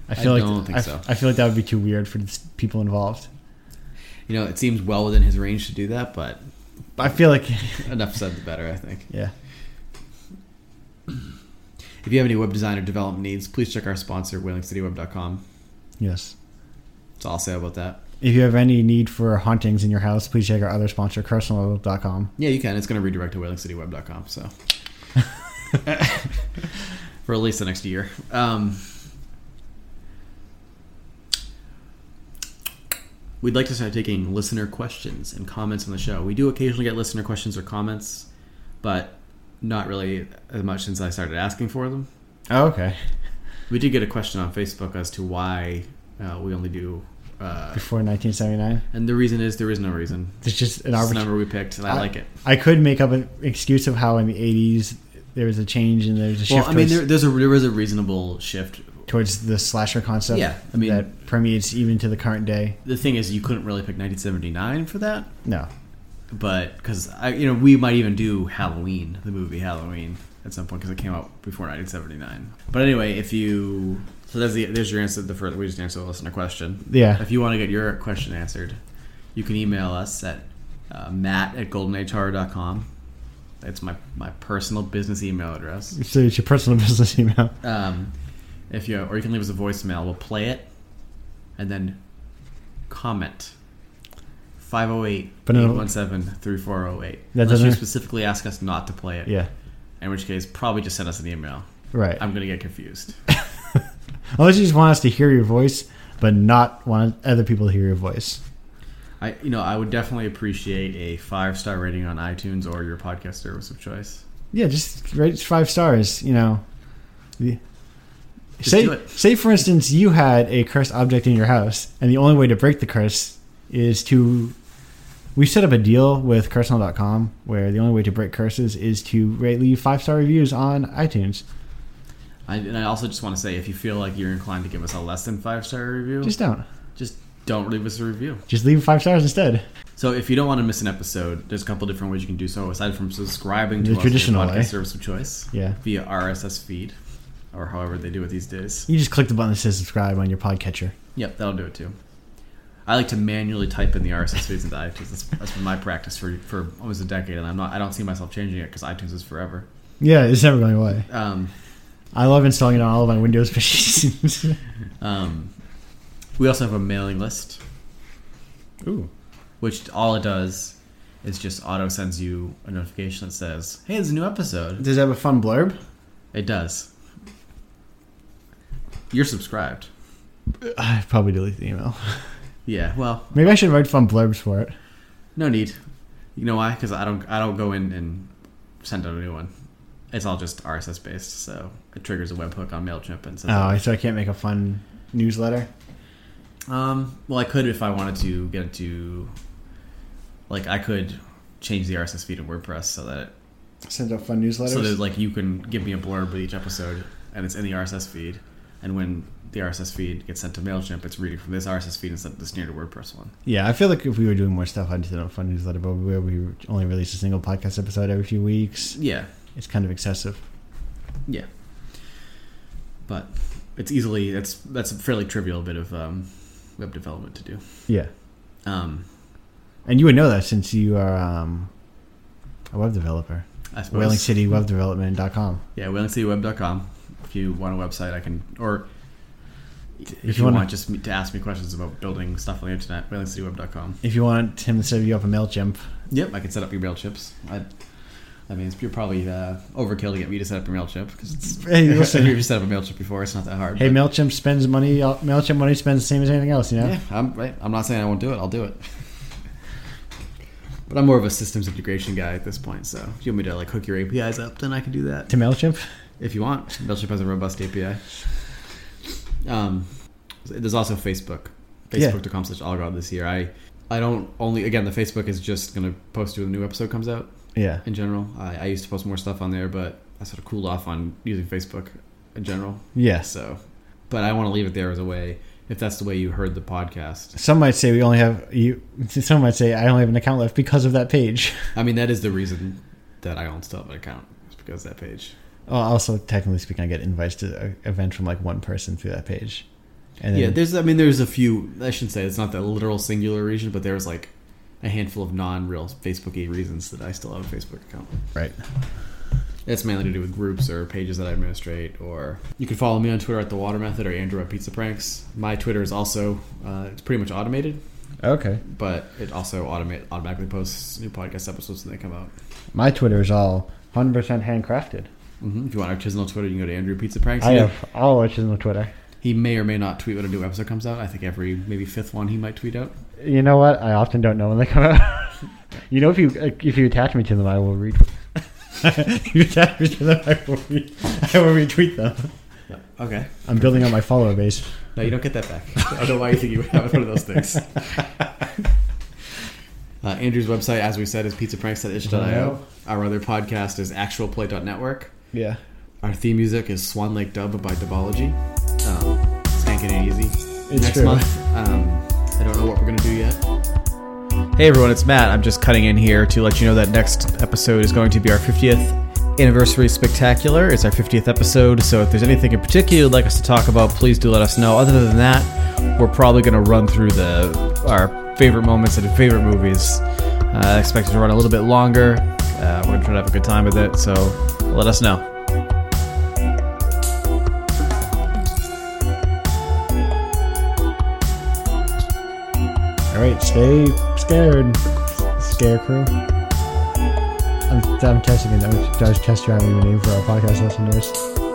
[SPEAKER 2] I feel like
[SPEAKER 1] don't think
[SPEAKER 2] I,
[SPEAKER 1] so.
[SPEAKER 2] I feel like that would be too weird for the s- people involved.
[SPEAKER 1] you know, it seems well within his range to do that, but
[SPEAKER 2] But I feel like
[SPEAKER 1] enough said, the better. I think.
[SPEAKER 2] yeah.
[SPEAKER 1] If you have any web design or development needs, please check our sponsor, WhalingCityWeb.com.
[SPEAKER 2] Yes.
[SPEAKER 1] That's all I'll say about that.
[SPEAKER 2] If you have any need for hauntings in your house, please check our other sponsor, com.
[SPEAKER 1] Yeah, you can. It's going to redirect to whalingcityweb.com. So for at least the next year. Um, we'd like to start taking listener questions and comments on the show. We do occasionally get listener questions or comments, but not really as much since I started asking for them.
[SPEAKER 2] Oh, okay.
[SPEAKER 1] We did get a question on Facebook as to why uh, we only do. Uh,
[SPEAKER 2] Before 1979.
[SPEAKER 1] and the reason is there is no reason.
[SPEAKER 2] It's just an
[SPEAKER 1] It's the
[SPEAKER 2] arbitrary.
[SPEAKER 1] number we picked, and I like it.
[SPEAKER 2] I could make up an excuse of how in the 80s there was a change and there was a shift
[SPEAKER 1] Well, I mean, there,
[SPEAKER 2] towards,
[SPEAKER 1] there's a there is a reasonable shift.
[SPEAKER 2] towards the slasher concept
[SPEAKER 1] Yeah, I mean-
[SPEAKER 2] that permeates even to the current day.
[SPEAKER 1] The thing is, you couldn't really pick 1979 for that,
[SPEAKER 2] No.
[SPEAKER 1] but because I, you know, we might even do Halloween, the movie Halloween, at some point because it came out before 1979. But anyway, if you so there's the there's your answer. The first we just answered the listener question.
[SPEAKER 2] Yeah.
[SPEAKER 1] If you want to get your question answered, you can email us at uh, matt at goldenhr.com. That's my my personal business email address.
[SPEAKER 2] So it's your personal business email.
[SPEAKER 1] Um, if you or you can leave us a voicemail. We'll play it and then comment. 508
[SPEAKER 2] But no-
[SPEAKER 1] 817 3408.
[SPEAKER 2] That
[SPEAKER 1] Unless you
[SPEAKER 2] doesn't-
[SPEAKER 1] specifically ask us not to play it.
[SPEAKER 2] Yeah.
[SPEAKER 1] In which case, probably just send us an email.
[SPEAKER 2] Right.
[SPEAKER 1] I'm going to get confused.
[SPEAKER 2] Unless you just want us to hear your voice, but not want other people to hear your voice.
[SPEAKER 1] I, you know, I would definitely appreciate a five star rating on iTunes or your podcast service of choice.
[SPEAKER 2] Yeah, just rate it five stars. You know, The-
[SPEAKER 1] Just
[SPEAKER 2] say
[SPEAKER 1] do it.
[SPEAKER 2] say for instance you had a cursed object in your house, and the only way to break the curse is to we set up a deal with Cursenal.com where the only way to break curses is to rate, leave five star reviews on iTunes.
[SPEAKER 1] I, and I also just want to say, if you feel like you're inclined to give us a less than five star review,
[SPEAKER 2] Just don't.
[SPEAKER 1] just don't leave us a review.
[SPEAKER 2] Just leave five stars instead.
[SPEAKER 1] So if you don't want to miss an episode, there's a couple different ways you can do so. Aside from subscribing to us
[SPEAKER 2] The
[SPEAKER 1] on your
[SPEAKER 2] traditional
[SPEAKER 1] podcast
[SPEAKER 2] way.
[SPEAKER 1] service of choice
[SPEAKER 2] Yeah.
[SPEAKER 1] via RSS feed, or however they do it these days.
[SPEAKER 2] You just click the button that says subscribe on your podcatcher.
[SPEAKER 1] Yep, that'll do it too. I like to manually type in the RSS feeds into iTunes. That's, that's been my practice for, for almost a decade, and I'm not. I don't see myself changing it because iTunes is forever.
[SPEAKER 2] Yeah, it's never going away.
[SPEAKER 1] Um,
[SPEAKER 2] I love installing it on all of my Windows machines.
[SPEAKER 1] um, we also have a mailing list,
[SPEAKER 2] Ooh.
[SPEAKER 1] which all it does is just auto sends you a notification that says, "Hey, there's a new episode."
[SPEAKER 2] Does it have a fun blurb?
[SPEAKER 1] It does. You're subscribed.
[SPEAKER 2] I probably delete the email.
[SPEAKER 1] Yeah. Well,
[SPEAKER 2] Maybe I should write fun blurbs for it.
[SPEAKER 1] no need. You know why? Because I don't. I don't go in and send out a new one. It's all just RSS based, so it triggers a webhook on Mailchimp and says,
[SPEAKER 2] Oh, so I can't make a fun newsletter.
[SPEAKER 1] Um, well, I could if I wanted to get into, like, I could change the RSS feed to WordPress so that it,
[SPEAKER 2] Send out fun newsletters.
[SPEAKER 1] so that like you can give me a blurb with each episode, and it's in the RSS feed, and when the RSS feed gets sent to Mailchimp, it's reading from this RSS feed instead of the standard WordPress one.
[SPEAKER 2] yeah, I feel like if we were doing more stuff, I'd send out a fun newsletter. But where we only release a single podcast episode every few weeks,
[SPEAKER 1] Yeah,
[SPEAKER 2] it's kind of excessive.
[SPEAKER 1] yeah. But it's easily that's that's a fairly trivial bit of um, web development to do.
[SPEAKER 2] Yeah,
[SPEAKER 1] Um,
[SPEAKER 2] and you would know that since you are um, a web developer.
[SPEAKER 1] I suppose.
[SPEAKER 2] WhalingCityWebDevelopment.com.
[SPEAKER 1] Yeah, willingcityweb.com. If you want a website, I can, or if,
[SPEAKER 2] If
[SPEAKER 1] you,
[SPEAKER 2] you wanna-
[SPEAKER 1] want just me, to ask me questions about building stuff on the internet, willingcityweb.com.
[SPEAKER 2] If you want him to set you up a Mailchimp,
[SPEAKER 1] Yep, I can set up your Mailchips. I, I mean, it's, you're probably uh, overkill to get me to set up a Mailchip because it's.
[SPEAKER 2] hey,
[SPEAKER 1] If
[SPEAKER 2] listen,
[SPEAKER 1] you've set up a Mailchimp before, it's not that hard.
[SPEAKER 2] hey,
[SPEAKER 1] but-
[SPEAKER 2] Mailchimp spends money. uh, Mailchimp money spends the same as anything else. You know.
[SPEAKER 1] Yeah, I'm right. I'm not saying I won't do it. I'll do it. but I'm more of a systems integration guy at this point. So if you want me to like hook your APIs up, then I can do that.
[SPEAKER 2] To Mailchimp.
[SPEAKER 1] if you want. Mailchimp has a robust API. Um, there's also Facebook.
[SPEAKER 2] Yeah.
[SPEAKER 1] Facebook.com slash allgod this year. I I don't only again the Facebook is just gonna post you when the new episode comes out
[SPEAKER 2] Yeah.
[SPEAKER 1] in general. I, I used to post more stuff on there, but I sort of cooled off on using Facebook in general.
[SPEAKER 2] Yes.
[SPEAKER 1] So but I wanna leave it there as a way if that's the way you heard the podcast.
[SPEAKER 2] Some might say we only have you. Some might say I only have an account left because of that page.
[SPEAKER 1] I mean that is the reason that I don't still have an account. It's because of that page.
[SPEAKER 2] Well, also technically speaking, I get invites to a event from like one person through that page. And
[SPEAKER 1] yeah,
[SPEAKER 2] then,
[SPEAKER 1] there's. I mean, there's a few. I shouldn't say it's not the literal singular reason, but there's like a handful of non-real Facebooky reasons that I still have a Facebook account.
[SPEAKER 2] right.
[SPEAKER 1] That's mainly to do with groups or pages that I administrate. Or you can follow me on Twitter at the Water Method or Andrew at Pizza Pranks. My Twitter is also uh, it's pretty much automated,
[SPEAKER 2] Okay.
[SPEAKER 1] but it also automate automatically posts new podcast episodes when they come out.
[SPEAKER 2] My Twitter is all 100 percent handcrafted.
[SPEAKER 1] hmm If you want our artisanal Twitter, you can go to Andrew Pizza Pranks.
[SPEAKER 2] I have all original Twitter.
[SPEAKER 1] He may or may not tweet when a new episode comes out. I think every maybe fifth one he might tweet out.
[SPEAKER 2] You know what? I often don't know when they come out. you know, if you if you attach me to them, I will read. you attach me to them, I will, re- I will retweet them.
[SPEAKER 1] Okay.
[SPEAKER 2] I'm building up my follower base.
[SPEAKER 1] No, you don't get that back. I don't know why you think you would have one of those things. Uh, Andrew's website, as we said, is pizzapranks.itch.io. Our other podcast is actualplay.network.
[SPEAKER 2] Yeah.
[SPEAKER 1] Our theme music is Swan Lake Dub by Dubology. Um, it's not getting easy. Next
[SPEAKER 2] true.
[SPEAKER 1] month, um, I don't know what we're going to do yet. Hey everyone, it's Matt. I'm just cutting in here to let you know that next episode is going to be our 50th anniversary spectacular. It's our 50th episode, so if there's anything in particular you'd like us to talk about, please do let us know. Other than that, we're probably going to run through the our favorite moments and favorite movies. Uh, I expect it to run a little bit longer. Uh, we're going to try to have a good time with it, so let us know.
[SPEAKER 2] All right, stay scared, scarecrow. I'm, I'm testing it. I was, I was test driving the name for our podcast listeners.